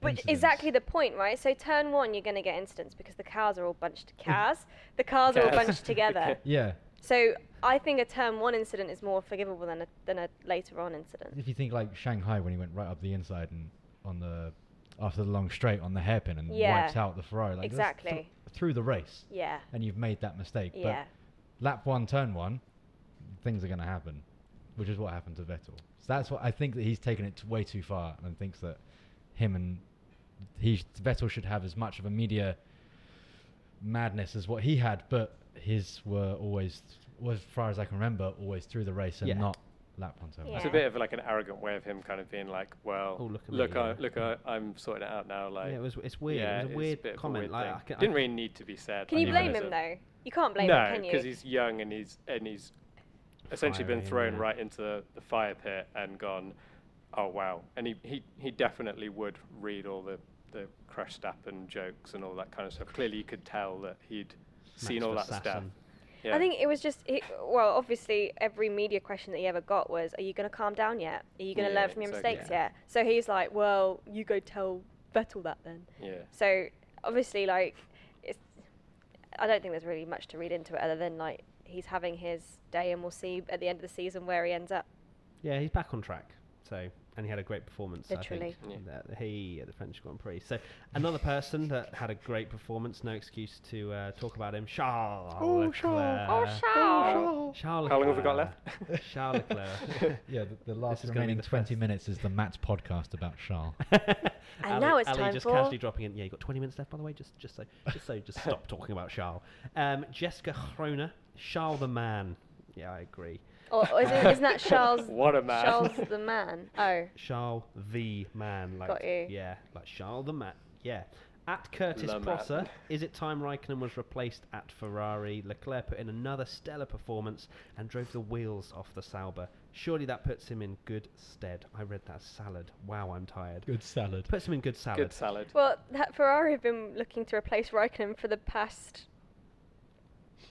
Speaker 4: But
Speaker 1: incidents.
Speaker 4: exactly the point, right? So turn one, you're going to get incidents because the cars are all bunched. Cars, the cars are all
Speaker 3: Cars.
Speaker 4: bunched together.
Speaker 1: Yeah.
Speaker 4: So I think a turn one incident is more forgivable than a than a later on incident.
Speaker 1: If you think like Shanghai when he went right up the inside and on the after the long straight on the hairpin and
Speaker 4: Yeah.
Speaker 1: wiped out the Ferrari like that's thr-
Speaker 4: Exactly.
Speaker 1: through the race
Speaker 4: Yeah.
Speaker 1: and you've made that mistake.
Speaker 4: Yeah.
Speaker 1: But lap one, turn one, things are going to happen, which is what happened to Vettel. So that's what I think that he's taken it t- way too far and thinks that him and he sh- Vettel should have as much of a media madness as what he had, but his were always, well, as far as I can remember, always through the race and
Speaker 2: Yeah.
Speaker 1: not lap one, turn one.
Speaker 3: It's a
Speaker 4: Yeah.
Speaker 3: bit of like an arrogant way of him kind of being like, well,
Speaker 2: Oh,
Speaker 3: look,
Speaker 2: look at
Speaker 3: look,
Speaker 2: me,
Speaker 3: I,
Speaker 2: yeah.
Speaker 3: look, I, I'm sorting it out now. Like,
Speaker 2: yeah, it was, it's weird.
Speaker 3: Yeah,
Speaker 2: it was
Speaker 3: it's
Speaker 2: a weird
Speaker 3: bit of a
Speaker 2: comment. like,
Speaker 3: thing.
Speaker 2: I can- I
Speaker 3: didn't really need to be said.
Speaker 4: Can you
Speaker 3: like,
Speaker 4: blame
Speaker 3: even as
Speaker 4: him
Speaker 3: a-
Speaker 4: though? You can't blame
Speaker 3: no,
Speaker 4: him, can you?
Speaker 3: because he's young and he's and he's essentially been
Speaker 2: Fiery,
Speaker 3: thrown
Speaker 2: yeah.
Speaker 3: right into the fire pit and gone, oh wow. And he, he, he definitely would read all the the crash stap and jokes and all that kind of stuff. Clearly, you could tell that he'd seen
Speaker 2: Max
Speaker 3: all that stuff.
Speaker 2: Verstappen.
Speaker 3: Yeah.
Speaker 4: I think it was just he, well, obviously every media question that he ever got was, "Are you going to calm down yet? Are you going to
Speaker 3: Yeah,
Speaker 4: learn from your
Speaker 3: exactly.
Speaker 4: mistakes yet?" So he's like, "Well, you go tell Vettel that then."
Speaker 3: Yeah.
Speaker 4: So obviously, like, it's, I don't think there's really much to read into it other than like he's having his day, and we'll see at the end of the season where he ends up.
Speaker 2: Yeah, he's back on track. So, and he had a great performance.
Speaker 4: Literally.
Speaker 2: I
Speaker 3: Yeah.
Speaker 2: think, that he at the French Grand Prix. So, another person that had a great performance. No excuse to uh, talk about him. Charles.
Speaker 1: Oh, Charles.
Speaker 4: Oh,
Speaker 3: Uh,
Speaker 2: Leclerc.
Speaker 4: Charles.
Speaker 2: Charles.
Speaker 3: How long have we got
Speaker 2: Leclerc. Charles Leclerc.
Speaker 1: Yeah, the, the last
Speaker 2: is gonna be
Speaker 1: remaining
Speaker 2: the
Speaker 1: 20
Speaker 2: first.
Speaker 1: minutes is the Matt's podcast about Charles.
Speaker 4: And
Speaker 2: Ali-
Speaker 4: now it's
Speaker 2: Ali
Speaker 4: time
Speaker 2: just
Speaker 4: for-
Speaker 2: casually dropping in. Yeah, you got 20 minutes left, by the way. Just, just so, just so, just stop talking about Charles. Um, Jessica Kroner, Charles the man. Yeah, I agree.
Speaker 4: Or, or isn't, oh, isn't that Charles?
Speaker 3: What a man.
Speaker 4: Charles the man. Oh,
Speaker 2: Charles the man. Like,
Speaker 4: Got you.
Speaker 2: Yeah, like Charles the man. Yeah. At Curtis
Speaker 3: Love that.
Speaker 2: Prosser, is it time Raikkonen was replaced at Ferrari? Leclerc put in another stellar performance and drove the wheels off the Sauber. Surely that puts him in good stead. I read that salad. Wow, I'm tired.
Speaker 1: Good salad.
Speaker 2: Puts him in good salad.
Speaker 3: Good salad.
Speaker 4: Well, that Ferrari have been looking to replace Raikkonen for the past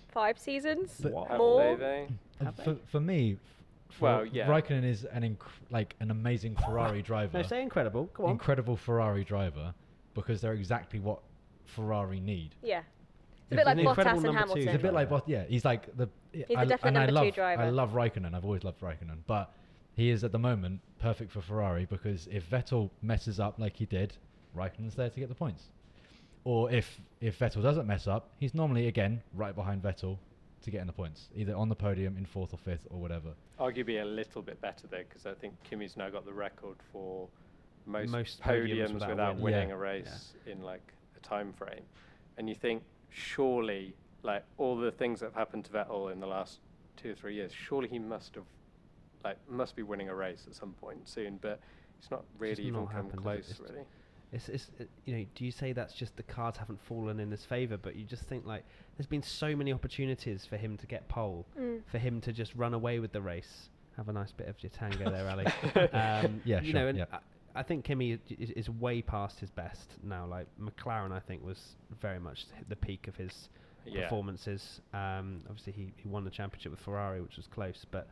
Speaker 4: five seasons.
Speaker 1: But-
Speaker 2: Wow.
Speaker 3: Have
Speaker 4: More?
Speaker 3: they,
Speaker 1: And
Speaker 2: Have
Speaker 1: for,
Speaker 2: they?
Speaker 1: for me, f- for
Speaker 3: Well, yeah.
Speaker 1: Raikkonen is an inc- like an amazing Ferrari driver,
Speaker 2: No, say incredible. Come on.
Speaker 1: incredible Ferrari driver, because they're exactly what Ferrari need.
Speaker 4: Yeah. It's a
Speaker 1: If
Speaker 4: bit
Speaker 1: an
Speaker 4: like
Speaker 2: incredible
Speaker 4: Bottas
Speaker 2: number
Speaker 4: and
Speaker 2: two
Speaker 4: Hamilton.
Speaker 1: He's a bit like
Speaker 2: driver.
Speaker 1: Bot. Yeah, he's like the. He's
Speaker 4: the definite
Speaker 1: and I
Speaker 4: number two
Speaker 1: love, I
Speaker 4: driver.
Speaker 1: love Raikkonen. I've always loved Raikkonen, but he is at the moment perfect for Ferrari because if Vettel messes up like he did, Raikkonen's there to get the points. Or if if Vettel doesn't mess up, he's normally again right behind Vettel to get in the points, either on the podium in fourth or fifth or whatever.
Speaker 3: Arguably a little bit better there because I think Kimmy's now got the record for most,
Speaker 2: Most podiums
Speaker 3: podiums,
Speaker 2: without
Speaker 3: without,
Speaker 1: winning.
Speaker 3: winning
Speaker 1: Yeah.
Speaker 3: a race in like a time frame, and you think surely like all the things that have happened to Vettel in the last two or three years, surely he must have like must be winning a race at some point soon, but it's not really
Speaker 2: just
Speaker 3: even
Speaker 2: not
Speaker 3: come
Speaker 2: happened, has it?
Speaker 3: close
Speaker 2: It's-
Speaker 3: really.
Speaker 2: It's, it's, it- you know, do you say that's just the cards haven't fallen in his favour? But you just think like there's been so many opportunities for him to get pole,
Speaker 4: Mm.
Speaker 2: for him to just run away with the race. Have a nice bit of your tango there, Ali. um,
Speaker 1: Yeah,
Speaker 2: you
Speaker 1: sure,
Speaker 2: know, and
Speaker 1: yeah.
Speaker 2: I, I think Kimi i- is, is way past his best now. Like McLaren, I think was very much hit the peak of his
Speaker 3: Yeah.
Speaker 2: performances. Um, obviously, he, he won the championship with Ferrari, which was close, but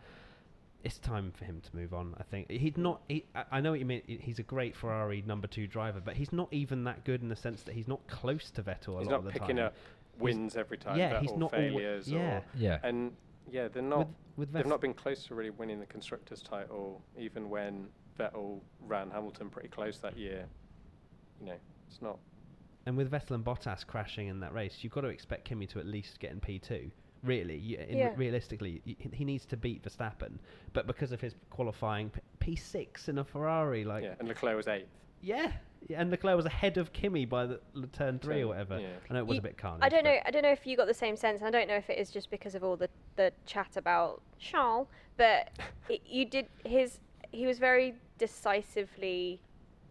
Speaker 2: it's time for him to move on. I think he's not. He, I- I know what you mean. he- He's a great Ferrari number two driver, but he's not even that good in the sense that he's not close to Vettel a lot
Speaker 3: He's not
Speaker 2: of the
Speaker 3: picking
Speaker 2: time.
Speaker 3: up wins every time,
Speaker 2: yeah, he's
Speaker 3: Vettel
Speaker 2: not alwa-
Speaker 3: failures,
Speaker 2: yeah.
Speaker 3: or
Speaker 1: Yeah.
Speaker 3: and yeah, they're not.
Speaker 2: with
Speaker 3: they've
Speaker 2: Vettel-
Speaker 3: not been close to really winning the constructors' title, even when Vettel ran Hamilton pretty close that year. You know, it's not.
Speaker 2: And with Vettel and Bottas crashing in that race, you've got to expect Kimi to at least get in P2. Really, you, in,
Speaker 4: Yeah.
Speaker 2: realistically, y- he needs to beat Verstappen. But because of his qualifying, P- P6 in a Ferrari, like
Speaker 3: yeah, and Leclerc was eighth.
Speaker 2: Yeah, yeah, and Leclerc was ahead of Kimi by the l- turn three or
Speaker 3: So,
Speaker 2: whatever.
Speaker 3: yeah.
Speaker 2: I know it was
Speaker 4: You-
Speaker 2: a bit carnage.
Speaker 4: I don't
Speaker 2: but
Speaker 4: know. I don't know if you got the same sense. and I don't know if it is just because of all the the chat about Charles, but it, you did his. He was very decisively,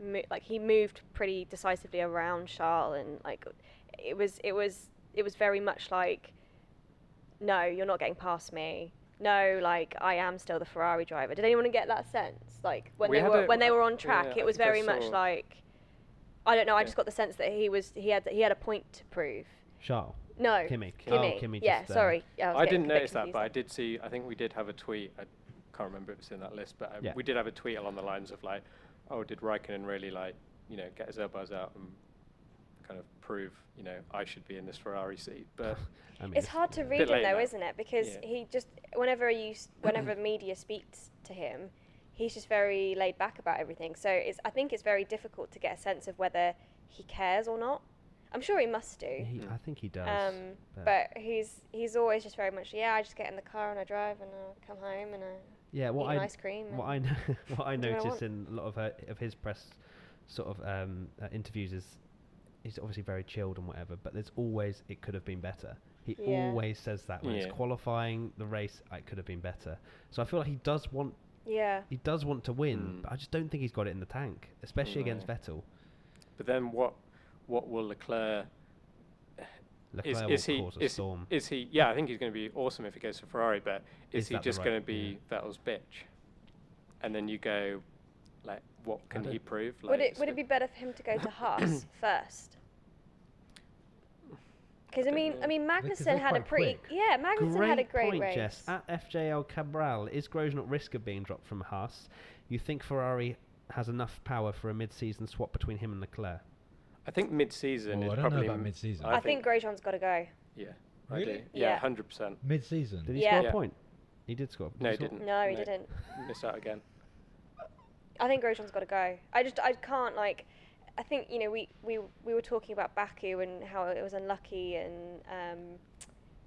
Speaker 4: mo- like he moved pretty decisively around Charles, and like it was it was it was very much like, no, you're not getting past me. No, like I am still the Ferrari driver. Did anyone get that sense? Like when
Speaker 3: We
Speaker 4: they
Speaker 3: had
Speaker 4: were
Speaker 3: a-
Speaker 4: when they were on
Speaker 3: yeah,
Speaker 4: track,
Speaker 3: I
Speaker 4: it was
Speaker 3: think I
Speaker 4: very much
Speaker 3: saw-
Speaker 4: like, I don't know. I
Speaker 3: Yeah.
Speaker 4: just got the sense that he was he had he had a point to prove.
Speaker 2: Charles.
Speaker 4: No.
Speaker 2: Kimi.
Speaker 4: Kimi.
Speaker 2: Oh, Kimi
Speaker 4: yeah,
Speaker 2: just, uh,
Speaker 4: sorry. Yeah, I, was
Speaker 3: I
Speaker 4: getting
Speaker 3: didn't
Speaker 4: a bit
Speaker 3: notice that, but I
Speaker 4: confused
Speaker 3: did see. I think we did have a tweet. I can't remember if it's in that list, but uh
Speaker 2: Yeah.
Speaker 3: we did have a tweet along the lines of like, "Oh, did Raikkonen really like, you know, get his elbows out and kind of prove, you know, I should be in this Ferrari seat?" But
Speaker 2: I mean,
Speaker 4: there. It's hard to
Speaker 3: Bit
Speaker 4: read him
Speaker 3: late
Speaker 4: though,
Speaker 3: now.
Speaker 4: isn't it? Because
Speaker 3: Yeah.
Speaker 4: he just whenever you s- whenever media speaks to him, he's just very laid back about everything. So it's I think it's very difficult to get a sense of whether he cares or not. I'm sure he must do.
Speaker 2: He, I think he does.
Speaker 4: um,
Speaker 2: but-
Speaker 4: but he's he's always just very much yeah. I just get in the car and I drive and I come home and I
Speaker 2: yeah, what
Speaker 4: eat an
Speaker 2: I
Speaker 4: ice cream.
Speaker 2: what I
Speaker 4: and-
Speaker 2: know, what I
Speaker 4: do what I
Speaker 2: notice
Speaker 4: want.
Speaker 2: in a lot of her, of his press sort of um, uh, interviews is he's obviously very chilled and whatever, but there's always it could have been better. He
Speaker 4: Yeah.
Speaker 2: always says that when
Speaker 3: Yeah.
Speaker 2: it's qualifying the race, it could have been better. So I feel like he does want
Speaker 4: yeah.
Speaker 2: he does want to win,
Speaker 3: Mm.
Speaker 2: but I just don't think he's got it in the tank, especially against
Speaker 3: No.
Speaker 2: Vettel.
Speaker 3: but then what? What will Leclerc
Speaker 2: Leclerc
Speaker 3: is,
Speaker 2: will
Speaker 3: is he
Speaker 2: cause a
Speaker 3: is,
Speaker 2: storm.
Speaker 3: is he yeah i think he's going to be awesome if he goes to ferrari but is,
Speaker 2: Is
Speaker 3: he
Speaker 2: that the
Speaker 3: just
Speaker 2: right-
Speaker 3: going to be vettel's bitch and then you go like what can he
Speaker 2: don't-
Speaker 3: prove
Speaker 4: would
Speaker 3: like,
Speaker 4: it would
Speaker 3: so-
Speaker 4: it be better for him to go to Haas first? Because I
Speaker 3: don't
Speaker 4: mean,
Speaker 3: know.
Speaker 4: I mean,
Speaker 1: Because
Speaker 4: Magnussen
Speaker 1: they're
Speaker 4: had a
Speaker 1: quite
Speaker 4: pretty
Speaker 1: quick.
Speaker 4: yeah. Magnussen had a great
Speaker 2: point,
Speaker 4: race.
Speaker 2: Jess. At uh, FJL Cabral, is Grosjean at risk of being dropped from Haas? You think Ferrari has enough power for a mid-season swap between him and Leclerc?
Speaker 3: i think mid-season
Speaker 1: Oh,
Speaker 3: is
Speaker 1: I don't know
Speaker 3: probably
Speaker 1: about
Speaker 3: m-
Speaker 1: mid-season.
Speaker 4: I, think, Grosjean's got to go.
Speaker 3: yeah I
Speaker 1: Really?
Speaker 3: do. yeah,
Speaker 4: Yeah.
Speaker 3: 100%
Speaker 1: Mid
Speaker 2: Did
Speaker 1: season.
Speaker 2: he
Speaker 4: Yeah.
Speaker 2: score
Speaker 3: Yeah.
Speaker 2: a point? He did score.
Speaker 3: no he
Speaker 2: score-
Speaker 3: didn't
Speaker 4: No, he
Speaker 3: Mm, No.
Speaker 4: didn't.
Speaker 3: miss out again
Speaker 4: I think Grosjean's got to go. I just I can't like. I think you know we we we were talking about Baku and how it was unlucky and um,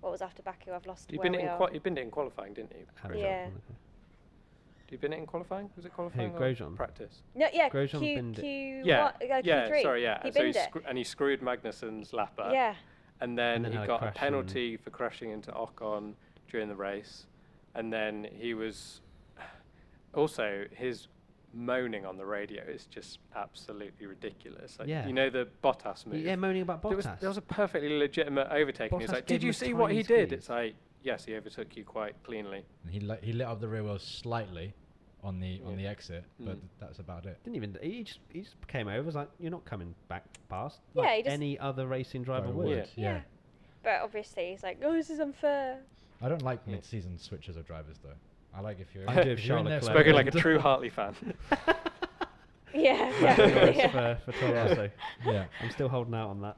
Speaker 4: what was after Baku. I've lost.
Speaker 3: he
Speaker 4: where
Speaker 3: been
Speaker 4: we
Speaker 3: it in
Speaker 4: are.
Speaker 3: quali- he been it in qualifying didn't he
Speaker 2: Harry
Speaker 3: Grosjean?
Speaker 4: Yeah.
Speaker 2: Johnson,
Speaker 3: he been it in qualifying was it qualifying or
Speaker 2: Grosjean?
Speaker 3: practice
Speaker 4: no, yeah,
Speaker 2: Grosjean
Speaker 4: Q,
Speaker 2: binned it.
Speaker 4: Q,
Speaker 3: yeah
Speaker 4: what, uh,
Speaker 3: yeah
Speaker 4: Q3.
Speaker 3: sorry yeah
Speaker 4: He
Speaker 3: so he
Speaker 4: binned it.
Speaker 3: scr- and he screwed magnussen's lap up
Speaker 4: yeah,
Speaker 3: and
Speaker 2: And
Speaker 3: then,
Speaker 2: then
Speaker 3: he
Speaker 2: had a
Speaker 3: got a
Speaker 2: crash and-
Speaker 3: penalty for crashing into Ocon during the race, and then he was also his moaning on the radio is just absolutely ridiculous. Like,
Speaker 2: Yeah.
Speaker 3: You know the Bottas move.
Speaker 2: Yeah, moaning about
Speaker 3: There was,
Speaker 2: Bottas.
Speaker 3: there was a perfectly legitimate overtake. and He's
Speaker 2: Bottas
Speaker 3: like,
Speaker 2: gave
Speaker 3: "Did
Speaker 2: him
Speaker 3: you
Speaker 2: a
Speaker 3: see what
Speaker 2: tiny
Speaker 3: he did?"
Speaker 2: squeeze.
Speaker 3: It's like, "Yes, he overtook you quite cleanly."
Speaker 1: And he let, he lit up the rear wheels slightly on the on
Speaker 3: Yeah.
Speaker 1: the exit, but
Speaker 3: Mm.
Speaker 1: that's about it.
Speaker 2: Didn't even he just he just came over. Was like, you're not coming back past.
Speaker 4: Yeah,
Speaker 2: Like
Speaker 4: he just-
Speaker 2: any other racing driver
Speaker 1: Driver
Speaker 2: would.
Speaker 3: would.
Speaker 1: Yeah.
Speaker 4: But obviously, he's like, oh, this is unfair.
Speaker 1: I don't like
Speaker 3: Yeah.
Speaker 1: mid-season switches of drivers though. I like if you're,
Speaker 2: I do if
Speaker 1: if you're in
Speaker 2: Charlotte
Speaker 1: there
Speaker 2: Leclerc-
Speaker 1: for
Speaker 2: Like-
Speaker 3: Spoken like a
Speaker 1: the-
Speaker 3: true Hartley fan.
Speaker 4: Yeah.
Speaker 2: Well,
Speaker 4: definitely,
Speaker 2: it's
Speaker 4: yeah.
Speaker 2: for, for Toro Rosso.
Speaker 1: yeah.
Speaker 2: I'm still holding out on that.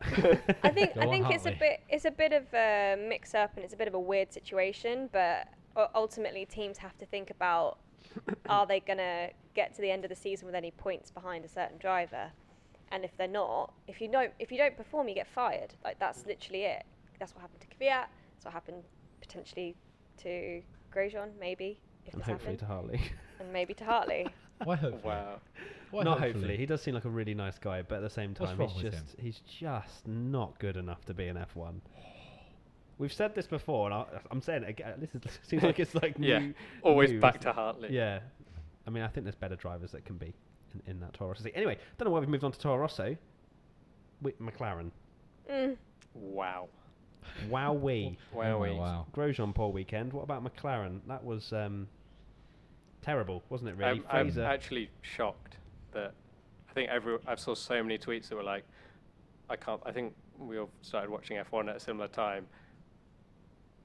Speaker 4: I think
Speaker 1: Go
Speaker 4: I
Speaker 1: on,
Speaker 4: think it's a
Speaker 1: Hartley.
Speaker 4: bit it's a bit of a mix up and it's a bit of a weird situation, but u- ultimately teams have to think about are they going to get to the end of the season with any points behind a certain driver? And if they're not, if you don't if you don't perform, you get fired. Like that's literally it. That's what happened to Kvyat. That's what happened potentially to Grosjean, maybe if
Speaker 2: and
Speaker 4: this
Speaker 2: hopefully
Speaker 4: happened,
Speaker 2: to Harley.
Speaker 4: and maybe to Hartley.
Speaker 1: Why hopefully?
Speaker 3: wow.
Speaker 1: Why
Speaker 2: not hopefully. He does seem like a really nice guy, but at the same
Speaker 1: What's
Speaker 2: time,
Speaker 1: wrong
Speaker 2: he's
Speaker 1: with
Speaker 2: just he's just not good enough to be an F1. We've said this before, and I, I'm saying it again. This is, seems like it's like
Speaker 3: Yeah,
Speaker 2: new,
Speaker 3: Always
Speaker 2: new,
Speaker 3: back
Speaker 2: isn't
Speaker 3: to
Speaker 2: it?
Speaker 3: Hartley.
Speaker 2: Yeah, I mean, I think there's better drivers that can be in, in that Toro Rosso. seat. Anyway, don't know why we've moved on to Toro Rosso. With McLaren,
Speaker 4: Mm.
Speaker 3: Wow.
Speaker 2: wowee,
Speaker 1: Oh my
Speaker 3: Wowee.
Speaker 1: wow.
Speaker 2: Grosjean poor weekend. What about McLaren? That was um, terrible, wasn't it? Really,
Speaker 3: I'm, I'm
Speaker 2: Fraser.
Speaker 3: Um, actually shocked that I think every I saw so many tweets that were like, I can't. I think we all started watching F1 at a similar time.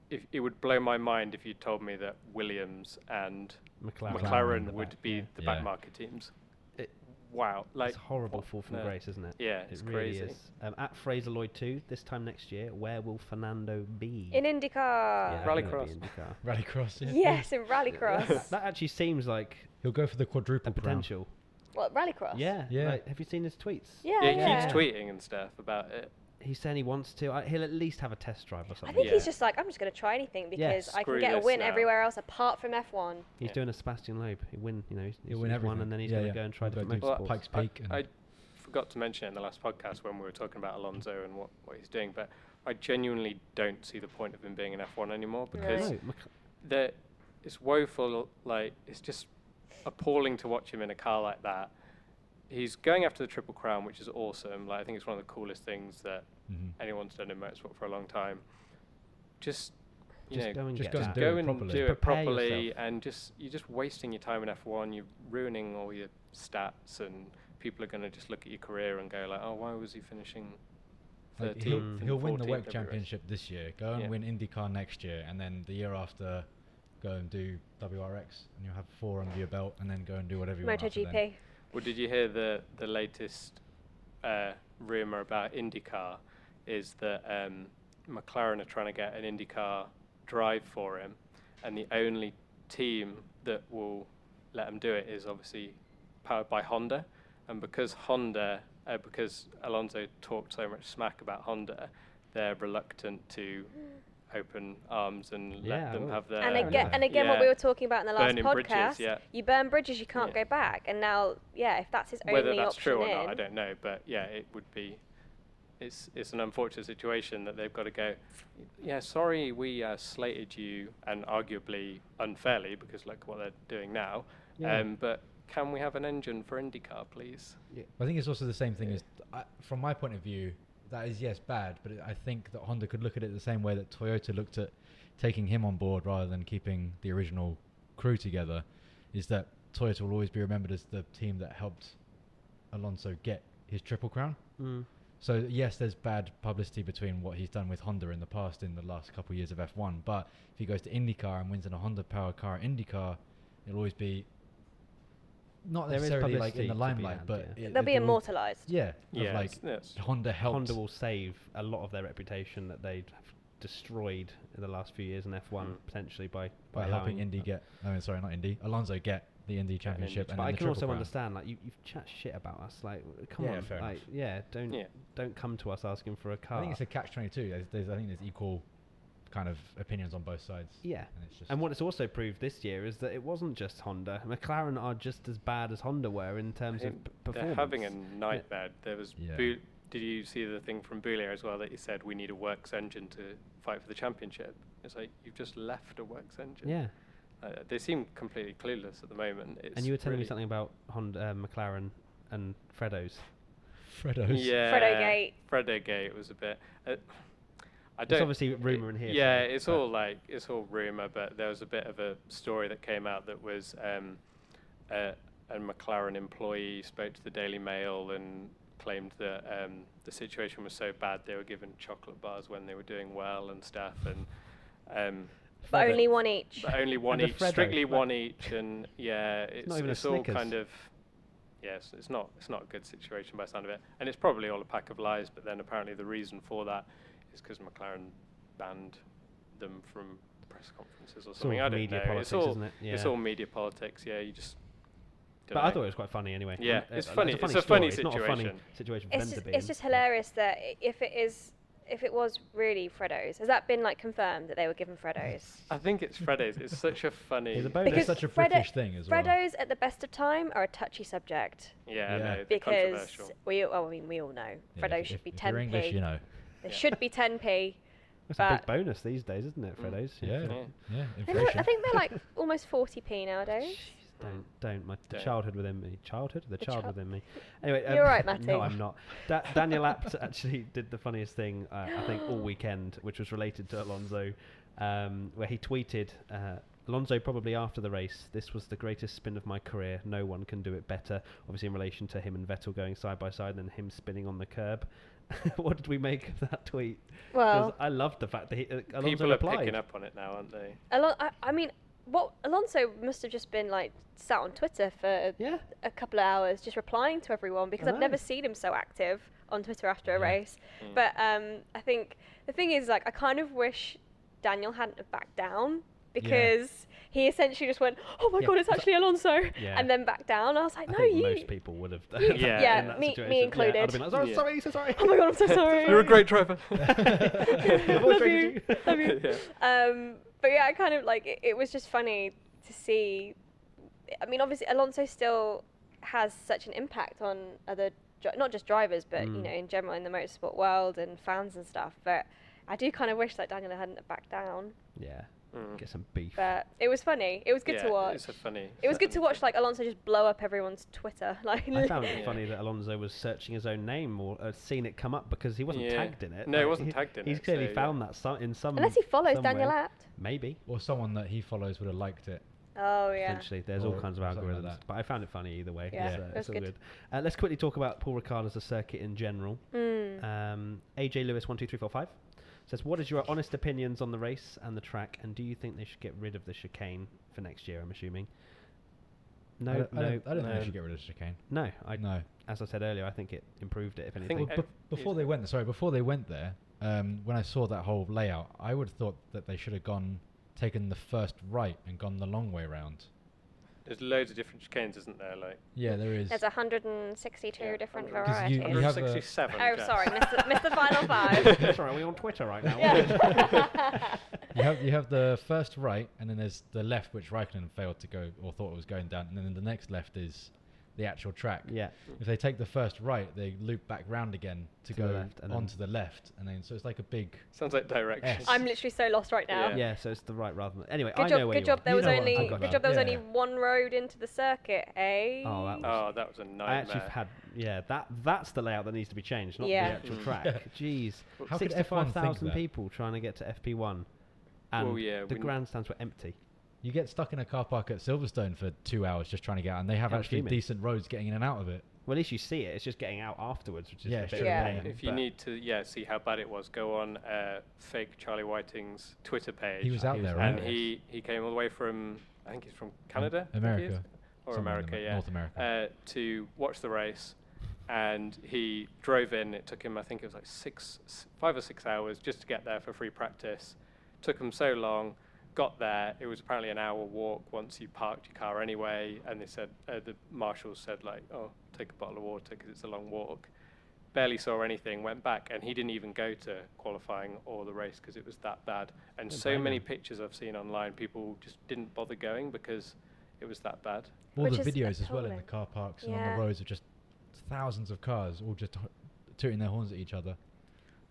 Speaker 3: If, it would blow my mind if you told me that Williams and
Speaker 2: McLaren.
Speaker 1: McLaren
Speaker 3: McLaren,
Speaker 1: in the
Speaker 3: would
Speaker 1: back,
Speaker 3: be
Speaker 1: yeah.
Speaker 3: the
Speaker 1: Yeah.
Speaker 3: backmarket teams.
Speaker 2: It-
Speaker 3: wow, like
Speaker 2: it's horrible
Speaker 3: what-
Speaker 2: fall from
Speaker 3: no.
Speaker 2: grace, isn't it?
Speaker 3: Yeah,
Speaker 2: it
Speaker 3: it's
Speaker 2: really
Speaker 3: crazy.
Speaker 2: is. Um, at Fraser Lloyd too, this time next year, where will Fernando be?
Speaker 4: In IndyCar.
Speaker 2: Yeah, I think
Speaker 3: Rallycross.
Speaker 2: it'll be IndyCar.
Speaker 1: Rallycross. Yeah.
Speaker 4: Yes, in
Speaker 2: that,
Speaker 4: Rallycross.
Speaker 2: that actually seems like
Speaker 1: He'll go for the
Speaker 2: the
Speaker 1: quadruple crown.
Speaker 2: potential.
Speaker 4: what Rallycross?
Speaker 2: Yeah,
Speaker 1: Yeah.
Speaker 2: like, have you seen his tweets?
Speaker 4: Yeah,
Speaker 3: Yeah, he
Speaker 4: yeah.
Speaker 3: keeps tweeting and stuff about it.
Speaker 2: He's saying he wants to. I, he'll at least have a test drive or
Speaker 4: I
Speaker 2: something.
Speaker 4: think he's
Speaker 3: Yeah.
Speaker 4: just like, I'm just going to try anything because I can
Speaker 3: Screw
Speaker 4: get a
Speaker 3: this
Speaker 4: win
Speaker 3: now.
Speaker 4: everywhere else apart from F1.
Speaker 2: He's
Speaker 3: Yeah.
Speaker 2: doing a Sebastian Loeb. He win, you know, he's,
Speaker 1: He'll
Speaker 2: he's
Speaker 1: win
Speaker 2: one,
Speaker 1: everything.
Speaker 2: and then he's
Speaker 1: Yeah,
Speaker 2: gonna
Speaker 1: yeah.
Speaker 2: go and try
Speaker 1: He'll go
Speaker 2: different
Speaker 1: do
Speaker 2: motorsports.
Speaker 1: Pikes
Speaker 3: I-
Speaker 1: Peak. and
Speaker 3: I forgot to mention it in the last podcast when we were talking about Alonso and what, what he's doing, but I genuinely don't see the point of him being in F1 anymore because
Speaker 2: no,
Speaker 4: Right.
Speaker 2: Mc-
Speaker 3: that it's woeful. Like it's just appalling to watch him in a car like that. He's going after the Triple Crown, which is awesome. Like I think it's one of the coolest things that
Speaker 1: Mhm.
Speaker 3: anyone's done in motorsport for a long time. Just you
Speaker 2: just
Speaker 3: know,
Speaker 2: go and
Speaker 1: just
Speaker 2: get
Speaker 1: go
Speaker 2: that.
Speaker 1: and
Speaker 3: go
Speaker 1: it
Speaker 3: and
Speaker 1: properly.
Speaker 3: do it
Speaker 2: Prepare
Speaker 3: properly,
Speaker 2: yourself.
Speaker 3: and just you're just wasting your time in F1. You're ruining all your stats, and people are going to just look at your career and go like, "Oh, why was he finishing
Speaker 1: Like,
Speaker 3: 13th?"
Speaker 1: he'll,
Speaker 2: Mm.
Speaker 3: and
Speaker 1: he'll win the
Speaker 3: 14th
Speaker 1: WEC
Speaker 3: every race?"
Speaker 1: championship this year. Go and
Speaker 3: Yeah.
Speaker 1: win IndyCar next year, and then the year after, go and do WRX, and you'll have four under your belt, and then go and do whatever you want. after then.
Speaker 4: MotoGP.
Speaker 3: Well, did you hear the the latest uh, rumor about IndyCar? Is that um, McLaren are trying to get an IndyCar drive for him, and the only team that will let him do it is obviously powered by Honda, and because Honda, uh, because Alonso talked so much smack about Honda, they're reluctant to open arms and
Speaker 2: Yeah,
Speaker 3: let them
Speaker 2: well,
Speaker 3: have their
Speaker 4: and
Speaker 1: fair
Speaker 4: again,
Speaker 1: enough.
Speaker 4: and again, what
Speaker 3: Uh, Yeah.
Speaker 4: we were talking about in the last
Speaker 3: Burning
Speaker 4: podcast,
Speaker 3: bridges, yeah.
Speaker 4: you burn bridges, you can't
Speaker 3: Yeah.
Speaker 4: go back. And now, yeah, if that's his
Speaker 3: whether
Speaker 4: only
Speaker 3: that's
Speaker 4: option
Speaker 3: true or
Speaker 4: in,
Speaker 3: not, I don't know. But yeah, it would be. It's it's an unfortunate situation that they've got to go. Yeah, sorry, we uh, slated you, and arguably unfairly because look what they're doing now.
Speaker 2: Yeah.
Speaker 3: Um, but can we have an engine for IndyCar, please?
Speaker 2: Yeah.
Speaker 1: I think it's also the same thing
Speaker 3: Yeah.
Speaker 1: as, I, from my point of view, that is yes bad, but I think that Honda could look at it the same way that Toyota looked at taking him on board rather than keeping the original crew together. Is that Toyota will always be remembered as the team that helped Alonso get his triple crown?
Speaker 2: Mm.
Speaker 1: So yes, there's bad publicity between what he's done with Honda in the past in the last couple of years of F1. But if he goes to IndyCar and wins in a Honda powered car at IndyCar, it'll always be not
Speaker 2: There is
Speaker 1: necessarily like
Speaker 2: publicity
Speaker 1: in
Speaker 2: to
Speaker 1: the
Speaker 2: be
Speaker 1: limelight,
Speaker 2: had,
Speaker 1: but
Speaker 2: yeah.
Speaker 1: it-
Speaker 4: they'll be
Speaker 1: there will-
Speaker 4: immortalised.
Speaker 1: Yeah, yeah.
Speaker 3: Yeah,
Speaker 1: Like
Speaker 3: it's- it's-
Speaker 1: Honda helped.
Speaker 2: Honda will save a lot of their reputation that they've destroyed in the last few years in F1
Speaker 3: Mm.
Speaker 2: potentially by
Speaker 1: by helping
Speaker 2: allowing
Speaker 1: Indy
Speaker 2: that.
Speaker 1: get. I mean, sorry, not Indy. Alonso get the Indy championship.
Speaker 3: Indy
Speaker 1: and
Speaker 2: But
Speaker 1: then
Speaker 2: I
Speaker 1: the
Speaker 2: can
Speaker 1: Triple
Speaker 2: also
Speaker 1: Crown.
Speaker 2: understand, like you, you've chat shit about us, like w- come
Speaker 1: Yeah,
Speaker 2: on,
Speaker 1: fair enough.
Speaker 2: like yeah, don't
Speaker 3: Yeah.
Speaker 2: don't come to us asking for a car.
Speaker 1: I think it's a catch twenty two. There's, there's, I think there's equal kind of opinions on both sides.
Speaker 2: yeah.
Speaker 1: and it's just
Speaker 2: And what it's also proved this year is that it wasn't just Honda. McLaren are just as bad as Honda were in terms of
Speaker 3: think
Speaker 2: p- performance.
Speaker 3: They're having a nightmare. There was.
Speaker 1: Yeah.
Speaker 3: Bou- did you see the thing from Boulier as well that he said we need a works engine to fight for the championship? It's like you've just left a works engine.
Speaker 2: yeah,
Speaker 3: uh, they seem completely clueless at the moment. It's
Speaker 2: and you were telling me
Speaker 3: really-
Speaker 2: something about Honda, uh, McLaren, and Fredo's.
Speaker 1: Freddo's.
Speaker 3: Yeah,
Speaker 4: Fredo Gate.
Speaker 3: Fredo Gate was a bit. Uh, I
Speaker 2: It's
Speaker 3: don't.
Speaker 2: obviously rumor in here.
Speaker 3: Yeah,
Speaker 2: so-
Speaker 3: it's
Speaker 2: but-
Speaker 3: all like it's all rumor, but there was a bit of a story that came out that was um, a, a McLaren employee spoke to the Daily Mail and claimed that um, the situation was so bad they were given chocolate bars when they were doing well and stuff, and um,
Speaker 4: But
Speaker 1: Freddo.
Speaker 4: only one each.
Speaker 3: but only one
Speaker 2: a
Speaker 3: each,
Speaker 2: Freddo,
Speaker 3: strictly
Speaker 2: like-
Speaker 3: one each, and yeah, it's,
Speaker 2: not even a
Speaker 3: it's all
Speaker 2: Snickers.
Speaker 3: kind of. Yes, it's not it's not a good situation by the sound of it, and it's probably all a pack of lies. But then apparently the reason for that is because McLaren banned them from press conferences or
Speaker 2: It's all
Speaker 3: something. I don't
Speaker 2: media
Speaker 3: know.
Speaker 2: politics,
Speaker 3: it's all
Speaker 2: isn't it?
Speaker 3: it's
Speaker 2: Yeah.
Speaker 3: all media politics. Yeah, you just.
Speaker 2: But
Speaker 3: don't
Speaker 2: I
Speaker 3: know.
Speaker 2: thought it was quite funny anyway.
Speaker 3: Yeah,
Speaker 2: Um,
Speaker 3: it's
Speaker 2: uh,
Speaker 3: funny. It's a funny
Speaker 2: story. It's not a funny
Speaker 3: situation.
Speaker 2: situation for
Speaker 4: It's
Speaker 2: them
Speaker 4: just,
Speaker 2: to be
Speaker 4: it's
Speaker 2: in.
Speaker 4: just hilarious that i- if it is, if it was really Fredo's, has that been like confirmed that they were given Fredo's?
Speaker 3: I think it's Freddy's. It's such a funny.
Speaker 2: It's a bonus.
Speaker 1: That's
Speaker 4: Because
Speaker 1: such a
Speaker 4: Freddo-
Speaker 1: British thing as well.
Speaker 4: Fredo's at the best of time are a touchy subject
Speaker 3: Yeah,
Speaker 1: Yeah.
Speaker 3: no, they're
Speaker 4: because
Speaker 3: controversial.
Speaker 4: we, well, I mean, we all know
Speaker 1: Yeah,
Speaker 4: Fredo
Speaker 1: if-
Speaker 4: should
Speaker 1: if-
Speaker 4: be
Speaker 1: if
Speaker 4: 10p.
Speaker 1: You're English, you know.
Speaker 4: They
Speaker 3: Yeah.
Speaker 4: should be 10p.
Speaker 2: That's a big
Speaker 4: but-
Speaker 2: bonus these days, isn't it,
Speaker 3: Mm.
Speaker 2: Fredo's?
Speaker 1: Yeah,
Speaker 2: Fredo-
Speaker 1: yeah.
Speaker 3: Yeah.
Speaker 4: I think they're- I think they're like almost 40p nowadays.
Speaker 2: Jeez, Don't, don't. My the
Speaker 3: Mm. Don't.
Speaker 2: childhood within me. Childhood? The,
Speaker 4: The
Speaker 2: child
Speaker 4: chi-
Speaker 2: within me. Anyway, um,
Speaker 4: You're right,
Speaker 2: No,
Speaker 4: Matty.
Speaker 2: I'm not. Da- Daniel Apt actually did the funniest thing uh, I think all weekend, which was related to Alonso, um, where he tweeted. Uh, Alonso probably after the race. This was the greatest spin of my career. No one can do it better. Obviously, in relation to him and Vettel going side by side, and him spinning on the curb. what did we make of that tweet? 'Cause
Speaker 4: Well,
Speaker 2: I loved the fact that he, uh, Alonso
Speaker 3: People are
Speaker 2: replied.
Speaker 3: picking up on it now, aren't they?
Speaker 4: Alon- I, I mean, what Alonso must have just been like sat on Twitter for
Speaker 2: Yeah,
Speaker 4: a couple of hours just replying to everyone because I've
Speaker 2: know.
Speaker 4: never seen him so active on Twitter after a
Speaker 1: Yeah.
Speaker 4: race.
Speaker 3: Mm.
Speaker 4: But um, I think the thing is, like, I kind of wish Daniel hadn't have backed down because he essentially just went, "Oh my
Speaker 2: Yeah.
Speaker 4: god, it's actually Alonso,"
Speaker 2: Yeah.
Speaker 4: and then backed down. I was like,
Speaker 2: I
Speaker 4: "No,
Speaker 2: think
Speaker 4: you."
Speaker 2: most people would have.
Speaker 4: you-
Speaker 3: Yeah.
Speaker 4: yeah,
Speaker 2: in that
Speaker 4: me- me
Speaker 2: situation. Yeah, I'd have
Speaker 4: included.
Speaker 2: been like, sorry,
Speaker 3: Yeah.
Speaker 2: sorry, so sorry.
Speaker 4: Oh my god, I'm so sorry.
Speaker 3: You're a great driver.
Speaker 2: I've always
Speaker 4: Love
Speaker 2: rated you.
Speaker 4: Love you.
Speaker 3: Yeah.
Speaker 4: Um, but yeah, I kind of like it, it was just funny to see. I mean, obviously Alonso still has such an impact on other dri- not just drivers, but you
Speaker 2: Mm.
Speaker 4: know in general in the motorsport world and fans and stuff. But I do kind of wish that Daniel hadn't have backed down.
Speaker 2: Yeah,
Speaker 3: Mm.
Speaker 2: get some beef.
Speaker 4: But it was funny. It was good to
Speaker 3: Yeah,
Speaker 4: watch.
Speaker 3: It's a funny.
Speaker 4: It was good to
Speaker 3: funny
Speaker 4: watch
Speaker 3: thing.
Speaker 4: like Alonso just blow up everyone's Twitter. Like
Speaker 2: I found it
Speaker 3: Yeah.
Speaker 2: funny that Alonso was searching his own name or uh, seen it come up because he wasn't
Speaker 3: Yeah.
Speaker 2: tagged in it.
Speaker 3: No, he wasn't
Speaker 2: he-
Speaker 3: tagged in
Speaker 2: He's
Speaker 3: it,
Speaker 2: clearly
Speaker 3: so, yeah.
Speaker 2: found that so- in some.
Speaker 4: unless he follows
Speaker 2: some
Speaker 4: Daniel
Speaker 2: way.
Speaker 4: Apt.
Speaker 2: Maybe.
Speaker 1: Or someone that he follows would have liked it.
Speaker 4: Oh yeah.
Speaker 2: Potentially, there's all
Speaker 1: Or
Speaker 2: kinds of
Speaker 1: something like
Speaker 2: algorithms,
Speaker 1: that.
Speaker 2: but I found it funny either way.
Speaker 4: Yeah,
Speaker 2: it's, uh,
Speaker 4: it
Speaker 2: it's
Speaker 4: was
Speaker 2: all
Speaker 4: good.
Speaker 2: good. Uh, let's quickly talk about Paul Ricard as a circuit in general.
Speaker 4: Mm.
Speaker 2: Um, AJ Lewis one two three four five says, "What is your honest opinions on the race and the track, and do you think they should get rid of the chicane for next year?" I'm assuming. No,
Speaker 1: I don't,
Speaker 2: no,
Speaker 1: I don't, I don't
Speaker 2: no,
Speaker 1: think they should get rid of the chicane.
Speaker 2: no. I,
Speaker 1: no.
Speaker 2: As I said earlier, I think it improved it. If
Speaker 3: I
Speaker 2: anything,
Speaker 3: think
Speaker 1: Well,
Speaker 3: ev-
Speaker 1: bef- before they went, sorry, before they went there, um, when I saw that whole layout, I would have thought that they should have gone, taken the first right and gone the long way round.
Speaker 3: There's loads of different chicanes, isn't there? Like
Speaker 1: Yeah, there is.
Speaker 4: There's 162
Speaker 3: Yeah,
Speaker 4: different
Speaker 1: 'Cause
Speaker 4: varieties.
Speaker 1: you- you have a-
Speaker 3: 167.
Speaker 4: Oh,
Speaker 3: Jeff.
Speaker 4: sorry, missed the, missed the final five.
Speaker 2: Sorry, are we on Twitter right now?
Speaker 4: Yeah.
Speaker 1: you have you have the first right, and then there's the left, which Raikkonen failed to go or thought it was going down, and then the next left is the actual track.
Speaker 2: yeah.
Speaker 1: If they take the first right, they loop back round again to,
Speaker 2: To the
Speaker 1: go
Speaker 2: left, and then-
Speaker 1: onto the left, and then so it's like a big.
Speaker 3: Sounds like directions.
Speaker 1: S.
Speaker 4: I'm literally so lost right now.
Speaker 3: Yeah.
Speaker 2: Yeah, so it's the right rather than. Anyway, I
Speaker 4: Good
Speaker 2: know
Speaker 4: job.
Speaker 2: where
Speaker 4: Good
Speaker 2: you
Speaker 4: job.
Speaker 2: are.
Speaker 4: There
Speaker 1: You
Speaker 4: was
Speaker 1: know what
Speaker 4: only
Speaker 1: I'm
Speaker 4: good
Speaker 1: talking
Speaker 4: job. There was
Speaker 1: about.
Speaker 4: only
Speaker 1: Yeah.
Speaker 4: one road into the circuit, eh?
Speaker 2: Oh, that was-
Speaker 3: Oh, that was a nightmare.
Speaker 2: I actually had yeah that that's the layout that needs to be changed, not
Speaker 4: Yeah.
Speaker 2: the actual
Speaker 3: Mm.
Speaker 2: track. Jeez,
Speaker 1: How could F1 think
Speaker 2: 65,000
Speaker 1: that?
Speaker 2: people trying to get to FP1, and
Speaker 3: Well, yeah,
Speaker 2: the
Speaker 3: we-
Speaker 2: grandstands were empty.
Speaker 1: You get stuck in a car park at Silverstone for two hours just trying to get out, and they have
Speaker 2: Yeah, I'm
Speaker 1: actually
Speaker 2: fuming.
Speaker 1: decent roads getting in and out of it.
Speaker 2: Well, at least you see it. It's just getting out afterwards, which is
Speaker 1: Yeah,
Speaker 2: a bit
Speaker 1: sure.
Speaker 2: of
Speaker 4: Yeah.
Speaker 2: a pain.
Speaker 3: If you
Speaker 2: but-
Speaker 3: need to, yeah, see how bad it was, go on uh, fake Charlie Whiting's Twitter page.
Speaker 1: He was out
Speaker 2: he was
Speaker 1: there,
Speaker 3: and
Speaker 1: right? Mm,
Speaker 3: he he came all the way from I think he's from Canada, I think he
Speaker 1: America.
Speaker 3: is, or
Speaker 1: Somewhere in
Speaker 3: America,
Speaker 1: Amer-
Speaker 3: yeah,
Speaker 1: North America.
Speaker 3: uh, to watch the race. And he drove in. It took him, I think it was like six, s- five or six hours just to get there for free practice. Took him so long. Got there. It was apparently an hour walk once you parked your car anyway. And they said uh, the marshals said like, "Oh, take a bottle of water because it's a long walk." Barely saw anything. Went back, and he didn't even go to qualifying or the race because it was that bad. And
Speaker 2: Don't
Speaker 3: so
Speaker 2: blame
Speaker 3: many
Speaker 2: him.
Speaker 3: pictures I've seen online, people just didn't bother going because it was that bad.
Speaker 1: all
Speaker 4: Which
Speaker 1: the
Speaker 4: is
Speaker 1: videos as well in the
Speaker 4: appalling.
Speaker 1: car parks and on
Speaker 4: Yeah.
Speaker 1: the roads of just thousands of cars all just ho- tooting their horns at each other.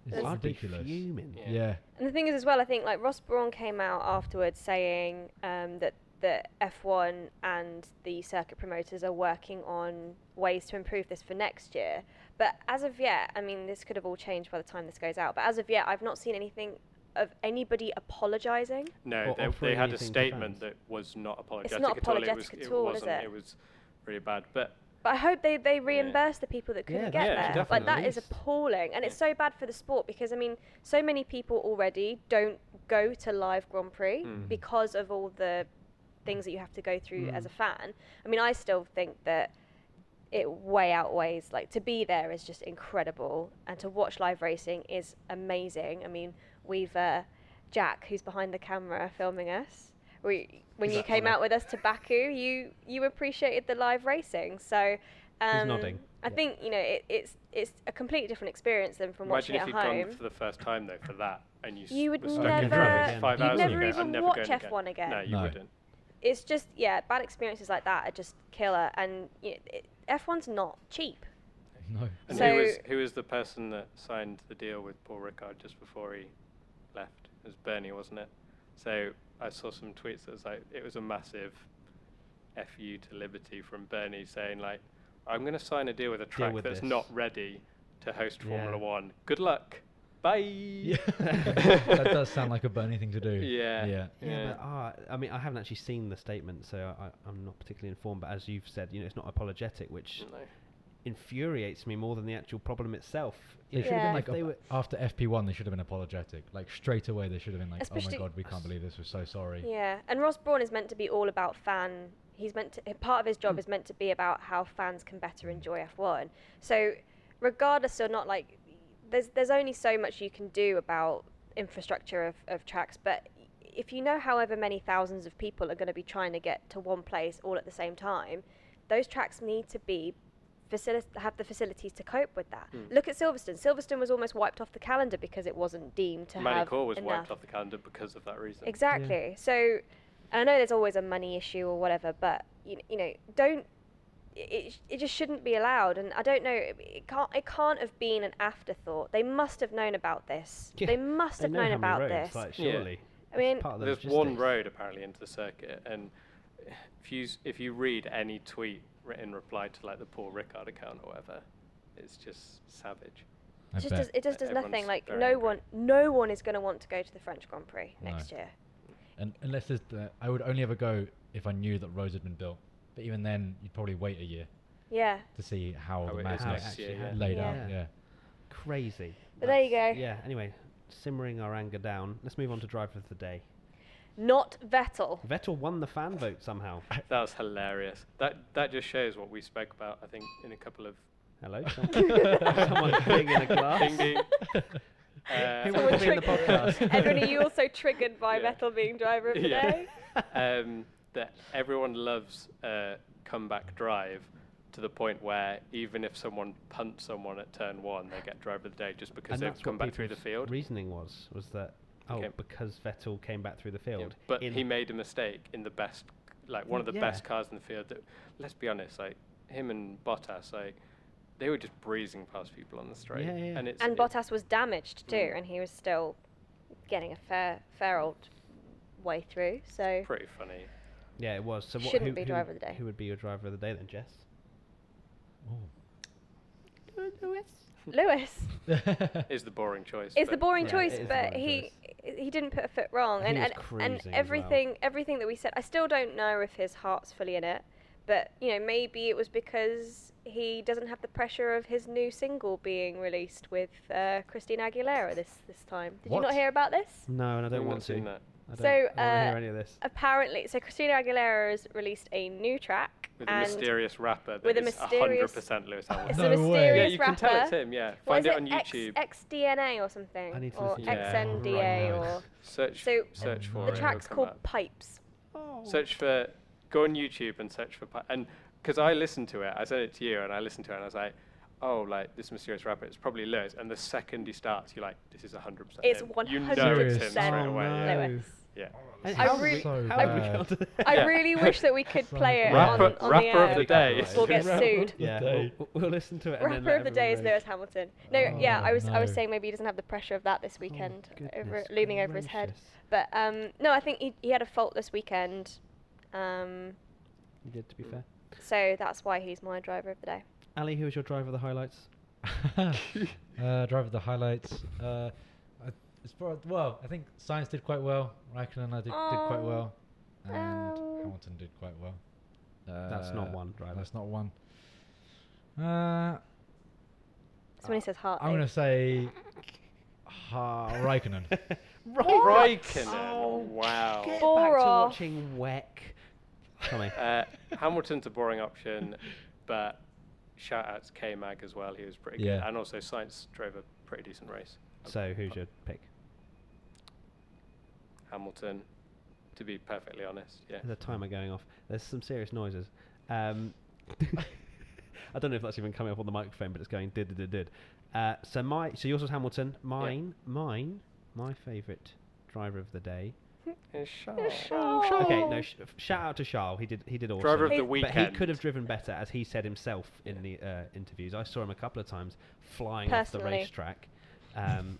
Speaker 1: It's
Speaker 4: That's-
Speaker 2: I'd be
Speaker 1: ridiculous.
Speaker 2: fuming.
Speaker 1: Yeah.
Speaker 3: Yeah.
Speaker 4: And the thing is, as well, I think like Ross Brawn came out afterwards saying um, that that F1 and the circuit promoters are working on ways to improve this for next year. But as of yet, I mean, this could have all changed by the time this goes out. But as of yet, I've not seen anything of anybody apologising.
Speaker 3: No,
Speaker 2: Or
Speaker 3: they,
Speaker 2: offering
Speaker 3: they had a
Speaker 2: anything to
Speaker 3: statement
Speaker 2: fans.
Speaker 3: that was not apologetic,
Speaker 4: not
Speaker 3: at all. It, was,
Speaker 4: apologetic at all, is
Speaker 3: wasn't.
Speaker 4: it?
Speaker 3: was really bad. But
Speaker 4: But I hope they, they reimburse the people that couldn't
Speaker 2: Yeah,
Speaker 4: get
Speaker 3: yeah,
Speaker 4: there. Like
Speaker 2: definitely.
Speaker 4: that is
Speaker 2: At least.
Speaker 4: appalling, and it's so bad for the sport because I mean, so many people already don't go to live Grand Prix
Speaker 3: Mm.
Speaker 4: because of all the things that you have to go through as
Speaker 2: Mm.
Speaker 4: a fan. I mean, I still think that it way outweighs like to be there is just incredible, and to watch live racing is amazing. I mean, we've uh, Jack, who's behind the camera filming us. We, when you
Speaker 2: That's
Speaker 4: came
Speaker 2: funny.
Speaker 4: out with us to Baku, you you appreciated the live racing. So um,
Speaker 2: nodding.
Speaker 4: I
Speaker 2: Yeah.
Speaker 4: think you know it, it's it's a completely different experience than from
Speaker 3: imagine if
Speaker 4: watching
Speaker 3: you'd
Speaker 4: it at
Speaker 3: gone
Speaker 4: home.
Speaker 3: for the first time though for that, and you s-
Speaker 4: You would
Speaker 3: were stuck in traffic
Speaker 1: never-
Speaker 3: five
Speaker 1: you'd
Speaker 3: hours
Speaker 1: never
Speaker 3: ago,
Speaker 4: even
Speaker 3: I'm never
Speaker 4: watch
Speaker 3: going again.
Speaker 4: F1 again.
Speaker 3: No, you
Speaker 1: No.
Speaker 3: wouldn't.
Speaker 4: It's just yeah, bad experiences like that are just killer, and you know, it, F1's not cheap.
Speaker 1: No.
Speaker 3: And
Speaker 4: So-
Speaker 3: who was who was the person that signed the deal with Paul Ricard just before he left? It was Bernie, wasn't it? So I saw some tweets that was like it was a massive FU to Liberty from Bernie saying like I'm going to sign a deal with a track
Speaker 2: with
Speaker 3: that's
Speaker 2: this."
Speaker 3: not ready to host Formula
Speaker 2: Yeah.
Speaker 3: 1. Good luck. Bye.
Speaker 1: that does sound like a Bernie thing to do.
Speaker 3: Yeah.
Speaker 1: Yeah.
Speaker 2: Yeah,
Speaker 3: Yeah.
Speaker 2: but ah, I mean, I haven't actually seen the statement, so I, I'm not particularly informed. But as you've said, you know, it's not apologetic, which
Speaker 3: No.
Speaker 2: infuriates me more than the actual problem itself.
Speaker 1: They
Speaker 2: You
Speaker 1: should have
Speaker 4: Yeah.
Speaker 1: been
Speaker 2: if
Speaker 1: like
Speaker 2: they
Speaker 1: ap-
Speaker 2: were-
Speaker 1: after FP1, they should have been apologetic. Like straight away, they should have been like,
Speaker 4: Especially-
Speaker 1: "Oh my god, we can't believe this. We're so sorry."
Speaker 4: Yeah, and Ross Brawn is meant to be all about fan. He's meant to. Part of his
Speaker 3: Hmm.
Speaker 4: job is meant to be about how fans can better enjoy F1. So, regardless or not, like, there's there's only so much you can do about infrastructure of, of tracks. But if you know however many thousands of people are going to be trying to get to one place all at the same time, those tracks need to be facili- have the facilities to cope with that.
Speaker 3: Hmm.
Speaker 4: Look at Silverstone. Silverstone was almost wiped off the calendar because it wasn't deemed to have
Speaker 3: Manicor was
Speaker 4: enough.
Speaker 3: wiped off the calendar because of that reason.
Speaker 4: Exactly. So, and I know there's always a money issue or whatever, but you, you know, don't. It, it just shouldn't be allowed, and I don't know. It, it can't. It can't have been an afterthought. They must have known about this.
Speaker 2: Yeah,
Speaker 4: they must have
Speaker 2: know
Speaker 4: known
Speaker 2: how many
Speaker 4: about
Speaker 2: roads,
Speaker 4: this.
Speaker 2: Like,
Speaker 3: Yeah.
Speaker 2: surely.
Speaker 4: I mean,
Speaker 2: it's part of the
Speaker 3: There's one
Speaker 2: logistics.
Speaker 3: road apparently into the circuit, and if you s- if you read any tweet writ- in reply to like the Paul Rickard account or whatever, it's just savage.
Speaker 1: I
Speaker 4: just
Speaker 1: bet.
Speaker 4: does, it just does
Speaker 3: Everyone's
Speaker 4: nothing. Like
Speaker 3: very
Speaker 4: no
Speaker 3: angry.
Speaker 4: one, no one is going to want to go to the French Grand Prix
Speaker 1: No.
Speaker 4: next year.
Speaker 1: And unless there's, the, I would only ever go if I knew that roads had been built. But even then, you'd probably wait a year
Speaker 4: Yeah,
Speaker 1: to see how,
Speaker 3: How
Speaker 1: the
Speaker 3: it
Speaker 1: maps
Speaker 3: is
Speaker 2: How it
Speaker 3: next
Speaker 1: is
Speaker 2: actually
Speaker 3: year, yeah.
Speaker 2: happened.
Speaker 1: laid
Speaker 2: Yeah.
Speaker 1: out. Yeah.
Speaker 2: Crazy.
Speaker 4: But there you go.
Speaker 2: Yeah. Anyway, simmering our anger down. Let's move on to driver of the day.
Speaker 4: not Vettel.
Speaker 2: Vettel won the fan vote somehow.
Speaker 3: That was hilarious. That that just shows what we spoke about. I think in a couple of
Speaker 2: Hello. some- Someone playing in a glass.
Speaker 3: Ding ding.
Speaker 2: Who
Speaker 3: Uh,
Speaker 2: wants to be in the
Speaker 4: Someone
Speaker 2: podcast?
Speaker 4: Edwin, are you also triggered by
Speaker 3: Yeah.
Speaker 4: Vettel being driver of the
Speaker 3: Yeah.
Speaker 4: day?
Speaker 3: um, that everyone loves uh, comeback drive to the point where even if someone punts someone at turn one, they get driver of the day just because
Speaker 2: And
Speaker 3: they've
Speaker 2: that's
Speaker 3: come
Speaker 2: what
Speaker 3: back through the
Speaker 2: people's
Speaker 3: field.
Speaker 2: Reasoning was was that oh
Speaker 3: Okay.
Speaker 2: because Vettel came back through the
Speaker 3: Yeah,
Speaker 2: field.
Speaker 3: but
Speaker 2: in-
Speaker 3: he made a mistake in the best, like one of the
Speaker 2: Yeah.
Speaker 3: best cars in the field. That, let's be honest, like him and Bottas, like they were just breezing past people on the straight.
Speaker 2: Yeah, yeah.
Speaker 3: And it's
Speaker 4: And
Speaker 3: it-
Speaker 4: Bottas was damaged too,
Speaker 3: Mm.
Speaker 4: and he was still getting a fair, fair old way through. So
Speaker 3: pretty funny.
Speaker 2: Yeah, it was. So what,
Speaker 4: Shouldn't
Speaker 2: who,
Speaker 4: be
Speaker 2: who-
Speaker 4: driver of the day.
Speaker 2: Who would be your driver of the day then, Jess?
Speaker 1: Ooh.
Speaker 4: Lewis
Speaker 3: Is the boring choice.
Speaker 4: is the
Speaker 3: but-
Speaker 4: boring
Speaker 2: Yeah,
Speaker 4: choice,
Speaker 2: it is the
Speaker 4: but
Speaker 2: boring
Speaker 4: he he didn't put a foot wrong,
Speaker 2: He
Speaker 4: and
Speaker 2: was
Speaker 4: and, and
Speaker 2: cruising as well.
Speaker 4: everything everything that we said, I still don't know if his heart's fully in it, but you know maybe it was because he doesn't have the pressure of his new single being released with uh, Christine Aguilera this this time. Did you
Speaker 1: What?
Speaker 4: not hear about this?
Speaker 2: No, and I
Speaker 3: I've
Speaker 2: don't
Speaker 3: not
Speaker 2: want to.
Speaker 3: seen that.
Speaker 2: I don't,
Speaker 4: So,
Speaker 2: I don't wanna
Speaker 4: uh,
Speaker 2: hear any of this.
Speaker 4: Apparently, so Christina Aguilera has released a new track
Speaker 3: With a
Speaker 4: and
Speaker 3: mysterious rapper that
Speaker 4: with a
Speaker 3: is
Speaker 4: mysterious-
Speaker 3: 100% Lewis Hamilton.
Speaker 4: It's
Speaker 1: No
Speaker 4: a
Speaker 1: way.
Speaker 4: mysterious
Speaker 3: yeah, you can
Speaker 4: rapper.
Speaker 3: tell it's him, yeah.
Speaker 4: What
Speaker 3: Find
Speaker 4: is
Speaker 3: it on
Speaker 4: X-
Speaker 3: YouTube.
Speaker 4: XDNA or something.
Speaker 2: I need to
Speaker 4: or
Speaker 2: listen
Speaker 3: to this. Yeah.
Speaker 4: XNDA
Speaker 1: Right.
Speaker 4: or
Speaker 3: Search,
Speaker 4: So,
Speaker 3: search for
Speaker 1: Oh,
Speaker 3: it.
Speaker 4: the
Speaker 3: it'll
Speaker 4: track's
Speaker 3: come
Speaker 4: called
Speaker 3: up.
Speaker 4: Pipes. Oh,
Speaker 2: Oh,
Speaker 3: Search for, go on YouTube and search for, Pi- and because I listened to it, I sent it to you, and I listened to it, and I was like, oh, like this mysterious rapper, it's probably Lewis. And the second he starts, you're like, this is 100%.
Speaker 4: It's
Speaker 3: him. You know it's him
Speaker 1: 100%
Speaker 3: straight
Speaker 2: Oh,
Speaker 3: away.
Speaker 2: no.
Speaker 3: Yeah.
Speaker 4: Lewis.
Speaker 3: yeah.
Speaker 2: And
Speaker 4: I
Speaker 2: how did
Speaker 4: really-
Speaker 2: we-
Speaker 1: so
Speaker 2: how did we
Speaker 1: bad.
Speaker 2: go to-
Speaker 4: I
Speaker 3: Yeah.
Speaker 4: really wish that we could play it
Speaker 3: Rapper,
Speaker 4: on, on
Speaker 3: rapper
Speaker 4: the
Speaker 3: of
Speaker 4: air.
Speaker 3: the day.
Speaker 2: Copyright.
Speaker 4: We'll get sued.
Speaker 2: Yeah, we'll, we'll- we'll listen to it. and then let
Speaker 4: Rapper of the day is
Speaker 2: everyone
Speaker 4: Lewis Hamilton. No, yeah,
Speaker 1: Oh,
Speaker 4: I was I was
Speaker 1: no.
Speaker 4: saying maybe he doesn't have the pressure of that this
Speaker 2: know.
Speaker 4: weekend
Speaker 2: Oh,
Speaker 4: over,
Speaker 2: goodness
Speaker 4: looming over his head.
Speaker 2: gracious.
Speaker 4: But um, no, I think he, he had a faultless weekend. Um,
Speaker 2: You did, to be fair.
Speaker 4: so that's why he's my driver of the day.
Speaker 2: Ali, who was your driver of the highlights?
Speaker 1: uh, driver the highlights. Uh, I- it's prob- well, I think science did quite well. Raikkonen I did, did quite
Speaker 4: Oh.
Speaker 1: well, and
Speaker 4: Oh.
Speaker 1: Hamilton did quite well. Uh,
Speaker 2: That's not one driver.
Speaker 1: That's not one. Uh,
Speaker 4: Somebody says heart.
Speaker 1: I'm gonna say ha- Raikkonen.
Speaker 3: Raikkonen.
Speaker 2: Oh,
Speaker 3: wow.
Speaker 2: Get back to
Speaker 4: Bora.
Speaker 2: watching WEC. Tommy.
Speaker 3: Uh, Hamilton's a boring option, but shout out to K Mag as well. He was pretty
Speaker 1: Yeah.
Speaker 3: good. And also, Science drove a pretty decent race.
Speaker 2: so who's your pick?
Speaker 3: Hamilton, to be perfectly honest. Yeah.
Speaker 2: The timer going off. There's some serious noises. Um, I don't know if that's even coming up on the microphone, but it's going did did did. Uh, so my so yours was Hamilton. Mine mine my favourite driver of the day.
Speaker 3: And
Speaker 2: Okay,
Speaker 4: Oh.
Speaker 2: no sh- f- shout out to Charles. He did he did awesome.
Speaker 3: Driver of the
Speaker 2: But he
Speaker 3: weekend.
Speaker 2: could have driven better, as he said himself in the uh, interviews. I saw him a couple of times flying off the
Speaker 4: Personally.
Speaker 2: racetrack. Um,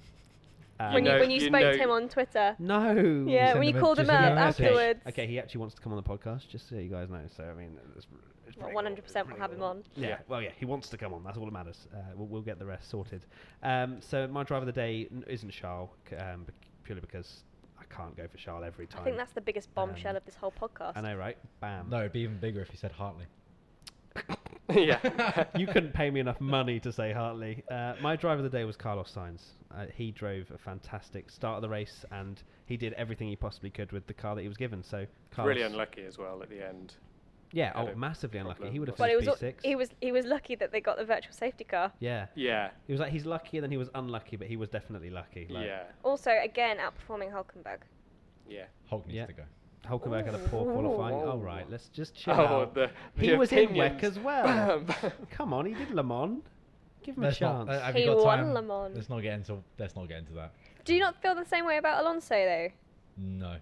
Speaker 3: Uh,
Speaker 4: when you,
Speaker 3: you know-
Speaker 4: when you,
Speaker 3: you
Speaker 4: spoke
Speaker 3: know-
Speaker 4: to him on Twitter.
Speaker 2: no.
Speaker 4: Yeah,
Speaker 1: send
Speaker 4: when you
Speaker 1: him a-
Speaker 4: called him
Speaker 1: just
Speaker 4: up
Speaker 1: send him a message.
Speaker 4: afterwards.
Speaker 2: Okay, he actually wants to come on the podcast, just so you guys know. So I mean, it's, it's
Speaker 4: Well,
Speaker 2: pretty cool,
Speaker 4: 100% we'll
Speaker 2: it's
Speaker 4: have
Speaker 2: pretty
Speaker 4: him
Speaker 2: cool.
Speaker 4: on.
Speaker 2: Yeah,
Speaker 3: Yeah.
Speaker 2: well, yeah, he wants to come on. That's all that matters. Uh, we'll, we'll get the rest sorted. Um, so my driver of the day n- isn't Charles, c- um, bec- purely because I can't go for Charles every time.
Speaker 4: I think that's the biggest bombshell
Speaker 2: Um,
Speaker 4: of this whole podcast.
Speaker 2: I know, right? Bam.
Speaker 1: no, it'd be even bigger if you said Hartley.
Speaker 3: yeah.
Speaker 2: you couldn't pay me enough money to say Hartley. Uh, my driver of the day was Carlos Sainz. Uh, he drove a fantastic start of the race, and he did everything he possibly could with the car that he was given. So Carlos,
Speaker 3: Really unlucky as well at the end.
Speaker 2: Yeah,
Speaker 3: Had
Speaker 2: oh,
Speaker 3: a
Speaker 2: massively unlucky.
Speaker 3: problem,
Speaker 2: He would have
Speaker 3: but
Speaker 4: Well, it
Speaker 2: finished B6.
Speaker 4: was al- he was he was lucky that they got the virtual safety car.
Speaker 2: yeah.
Speaker 3: Yeah.
Speaker 2: It was like he's lucky and then he was unlucky, but he was definitely lucky. Like,
Speaker 3: Yeah.
Speaker 4: Also, again outperforming Hulkenberg.
Speaker 3: Yeah.
Speaker 1: Hulk needs
Speaker 2: Yeah.
Speaker 1: to go.
Speaker 2: Hulkenberg had a poor qualifying.
Speaker 3: Ooh.
Speaker 2: All right, let's just chill
Speaker 3: Oh,
Speaker 2: out.
Speaker 3: the,
Speaker 2: he
Speaker 3: the
Speaker 2: was in
Speaker 3: opinions.
Speaker 2: WEC as well.
Speaker 3: Bam, bam.
Speaker 2: Come on, he did Le Mans. Give him a
Speaker 1: Let's
Speaker 2: chance.
Speaker 1: not, uh, have
Speaker 4: He
Speaker 1: you got
Speaker 4: won
Speaker 1: time?
Speaker 4: Le Mans.
Speaker 1: Let's not get into. Let's not get into that.
Speaker 4: Do you not feel the same way about Alonso
Speaker 1: No.
Speaker 4: though?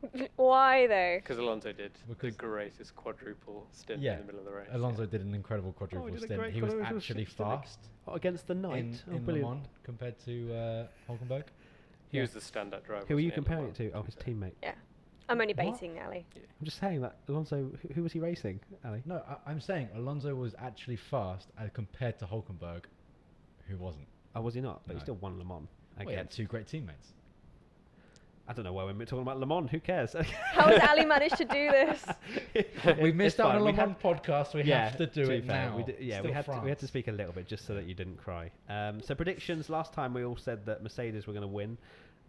Speaker 4: Why though?
Speaker 3: Because Alonso did
Speaker 1: Because-
Speaker 3: the greatest quadruple stint
Speaker 1: Yeah.
Speaker 3: in the middle of the race.
Speaker 1: Alonso did an incredible quadruple
Speaker 2: Oh, did a
Speaker 1: stint.
Speaker 2: great
Speaker 1: He was
Speaker 2: quadruple
Speaker 1: actually
Speaker 2: stint, didn't he?
Speaker 1: fast
Speaker 2: Oh, against the night.
Speaker 1: in,
Speaker 2: oh,
Speaker 1: in Le
Speaker 2: brilliant.
Speaker 1: Mans compared to uh, Hulkenberg.
Speaker 3: He
Speaker 2: Yeah.
Speaker 3: was the standout driver.
Speaker 2: Who are you
Speaker 3: wasn't he, in
Speaker 2: comparing
Speaker 3: Le
Speaker 2: it to? Oh, his
Speaker 3: Mans?
Speaker 2: teammate.
Speaker 4: Yeah, I'm only
Speaker 1: What?
Speaker 4: baiting Ali.
Speaker 2: I'm just saying that Alonso. Who, who was he racing, Ali?
Speaker 1: No, I, I'm saying Alonso was actually fast as compared to Hulkenberg, who wasn't.
Speaker 2: Oh, was he not? But he
Speaker 1: No.
Speaker 2: still won Le Mans.
Speaker 1: Well, he
Speaker 2: Again.
Speaker 1: had two great teammates.
Speaker 2: I don't know why we're talking about Le Mans. Who cares?
Speaker 4: How has Ali managed to do this?
Speaker 1: we missed
Speaker 2: It's
Speaker 1: out on
Speaker 2: fine,
Speaker 1: a
Speaker 2: we
Speaker 1: Le
Speaker 2: had-
Speaker 1: Mans podcast. We have to do
Speaker 2: be
Speaker 1: it
Speaker 2: fair,
Speaker 1: now.
Speaker 2: We d- yeah, we
Speaker 1: Still
Speaker 2: had to, we had to
Speaker 1: France.
Speaker 2: speak a little bit just so that you didn't cry. Um, so predictions. Last time we all said that Mercedes were going to win.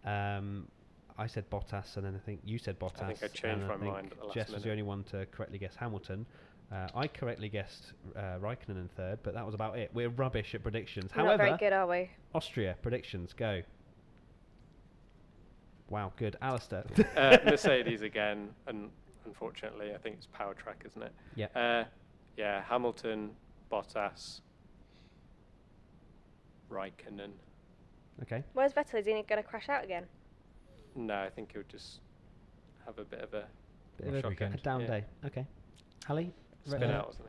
Speaker 2: Um, I said Bottas, and then I think you said Bottas.
Speaker 3: I think I changed
Speaker 2: and
Speaker 3: my
Speaker 2: think
Speaker 3: mind at the last
Speaker 2: Jess was the
Speaker 3: minute.
Speaker 2: only one to correctly guess Hamilton. Uh, I correctly guessed uh, Raikkonen in third, but that was about it. We're rubbish at predictions.
Speaker 4: We're not very
Speaker 2: However,
Speaker 4: good, are we?
Speaker 2: Austria predictions go. Wow, good, Alistair.
Speaker 3: uh, Mercedes again, and unfortunately, I think it's Power Track, isn't it?
Speaker 2: yeah,
Speaker 3: Uh, yeah, Hamilton, Bottas, Raikkonen.
Speaker 2: okay.
Speaker 4: Where's Vettel? Is he going to crash out again?
Speaker 3: No, I think he'll just have a bit of a
Speaker 2: Bit of
Speaker 1: Rush
Speaker 2: a-
Speaker 1: weekend.
Speaker 2: a down
Speaker 3: Yeah.
Speaker 2: day. Okay, Ali.
Speaker 3: spin
Speaker 1: Uh,
Speaker 3: out or something.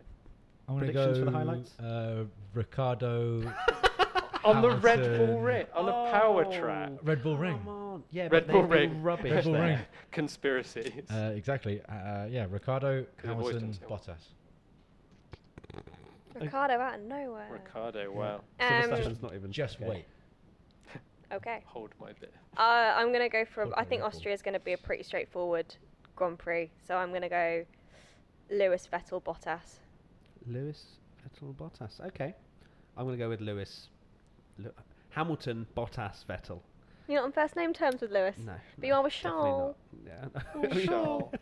Speaker 1: I'm gonna
Speaker 2: predictions
Speaker 1: go,
Speaker 2: for the highlights?
Speaker 1: Uh, Ricardo,
Speaker 3: On the Red Bull
Speaker 1: Hamilton.
Speaker 3: ring, on
Speaker 2: Oh.
Speaker 3: a power track.
Speaker 1: Red Bull ring.
Speaker 2: Come on. Yeah,
Speaker 3: Red
Speaker 2: but they've
Speaker 3: Bull
Speaker 2: been
Speaker 3: ring.
Speaker 2: rubbish
Speaker 1: Red Bull
Speaker 2: there.
Speaker 1: ring.
Speaker 3: Conspiracies.
Speaker 1: Uh, exactly. Uh, yeah, Ricardo,
Speaker 3: I've always
Speaker 1: Hamilton,
Speaker 3: done so well.
Speaker 1: Bottas.
Speaker 4: Ricardo out of nowhere.
Speaker 3: Ricardo, wow.
Speaker 2: So
Speaker 4: Um,
Speaker 2: Verstappen's not even
Speaker 1: Just
Speaker 2: okay.
Speaker 1: wait.
Speaker 4: Okay.
Speaker 3: Hold my bit.
Speaker 4: Uh, I'm going to go for. A, I
Speaker 1: Hulkenberg,
Speaker 4: think
Speaker 1: Red Bull.
Speaker 4: Austria is going to be a pretty straightforward Grand Prix, so I'm going to go Lewis, Vettel, Bottas.
Speaker 2: Lewis, Vettel, Bottas. Okay, I'm gonna go with Lewis, Lew- Hamilton, Bottas, Vettel.
Speaker 4: You're not on first name terms with Lewis.
Speaker 2: No,
Speaker 4: But you
Speaker 2: no,
Speaker 4: are with
Speaker 2: definitely
Speaker 4: Charles.
Speaker 2: not. Yeah. I mean-
Speaker 3: Charles.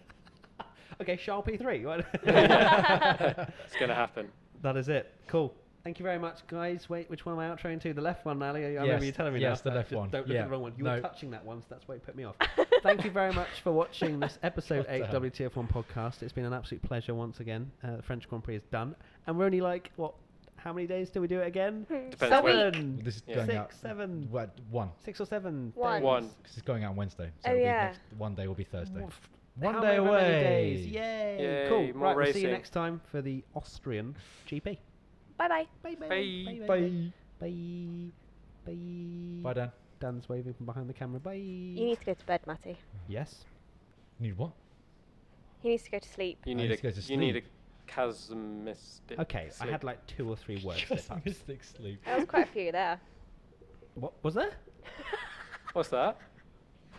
Speaker 2: okay, Charles P three.
Speaker 3: It's going to happen.
Speaker 2: that is it. Cool. Thank you very much, guys. Wait, which one am I outroing to? The left one, Ali. I remember you telling me
Speaker 1: yes,
Speaker 2: that.
Speaker 1: the
Speaker 2: Uh,
Speaker 1: left
Speaker 2: just
Speaker 1: one.
Speaker 2: Don't look
Speaker 1: Yeah.
Speaker 2: at the wrong one. You were
Speaker 1: No.
Speaker 2: touching that one, so that's why it put me off. Thank you very much for watching this episode
Speaker 1: God
Speaker 2: 8
Speaker 1: damn.
Speaker 2: WTF1 podcast. It's been an absolute pleasure once again. Uh, the French Grand Prix is done. And we're only like, what, how many days do we do it again?
Speaker 3: Depends when-
Speaker 2: Seven!
Speaker 1: This is
Speaker 3: Yeah.
Speaker 1: going
Speaker 2: Mm. Six,
Speaker 1: out.
Speaker 2: seven.
Speaker 1: What one?
Speaker 2: Six or seven.
Speaker 4: One.
Speaker 2: days.
Speaker 3: One.
Speaker 1: Because it's going out on Wednesday. So
Speaker 4: Oh,
Speaker 1: it'll be
Speaker 4: yeah.
Speaker 1: next- one day will be Thursday.
Speaker 2: Woof.
Speaker 1: One
Speaker 2: How
Speaker 1: day
Speaker 2: many
Speaker 1: away.
Speaker 2: Days. Yay!
Speaker 3: Yay,
Speaker 2: Cool.
Speaker 3: more
Speaker 2: right, we'll see you
Speaker 3: racing.
Speaker 2: next time for the Austrian GP.
Speaker 4: Bye bye.
Speaker 2: Bye bye.
Speaker 3: Bye.
Speaker 1: Bye.
Speaker 2: Bye. Bye.
Speaker 1: Bye, Dan.
Speaker 2: Dan's waving from behind the camera. Bye.
Speaker 4: You need to go to bed, Matty.
Speaker 2: yes.
Speaker 1: Need what?
Speaker 4: He needs to go to sleep.
Speaker 3: You
Speaker 1: I
Speaker 3: need
Speaker 1: just Uh, go
Speaker 3: a
Speaker 1: to
Speaker 3: you need a
Speaker 1: sleep.
Speaker 3: chasmistic.
Speaker 2: Okay, I had
Speaker 3: sleep.
Speaker 2: like two or three words. slipped up.
Speaker 1: Mystic
Speaker 2: Oh,
Speaker 1: sleep.
Speaker 4: There was quite a few there.
Speaker 2: What was there?
Speaker 3: What's that?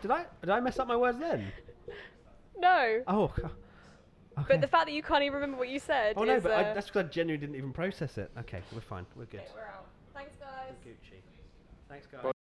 Speaker 2: Did I did I mess up my words then?
Speaker 4: No.
Speaker 2: Oh. c- Okay.
Speaker 4: But the fact that you can't even remember what you said.
Speaker 2: oh no,
Speaker 4: is,
Speaker 2: but I,
Speaker 4: uh,
Speaker 2: that's because I genuinely didn't even process it. Okay, we're fine. We're good.
Speaker 4: Okay, we're out. Thanks, guys.
Speaker 2: Gucci. Thanks, guys.
Speaker 3: Bye.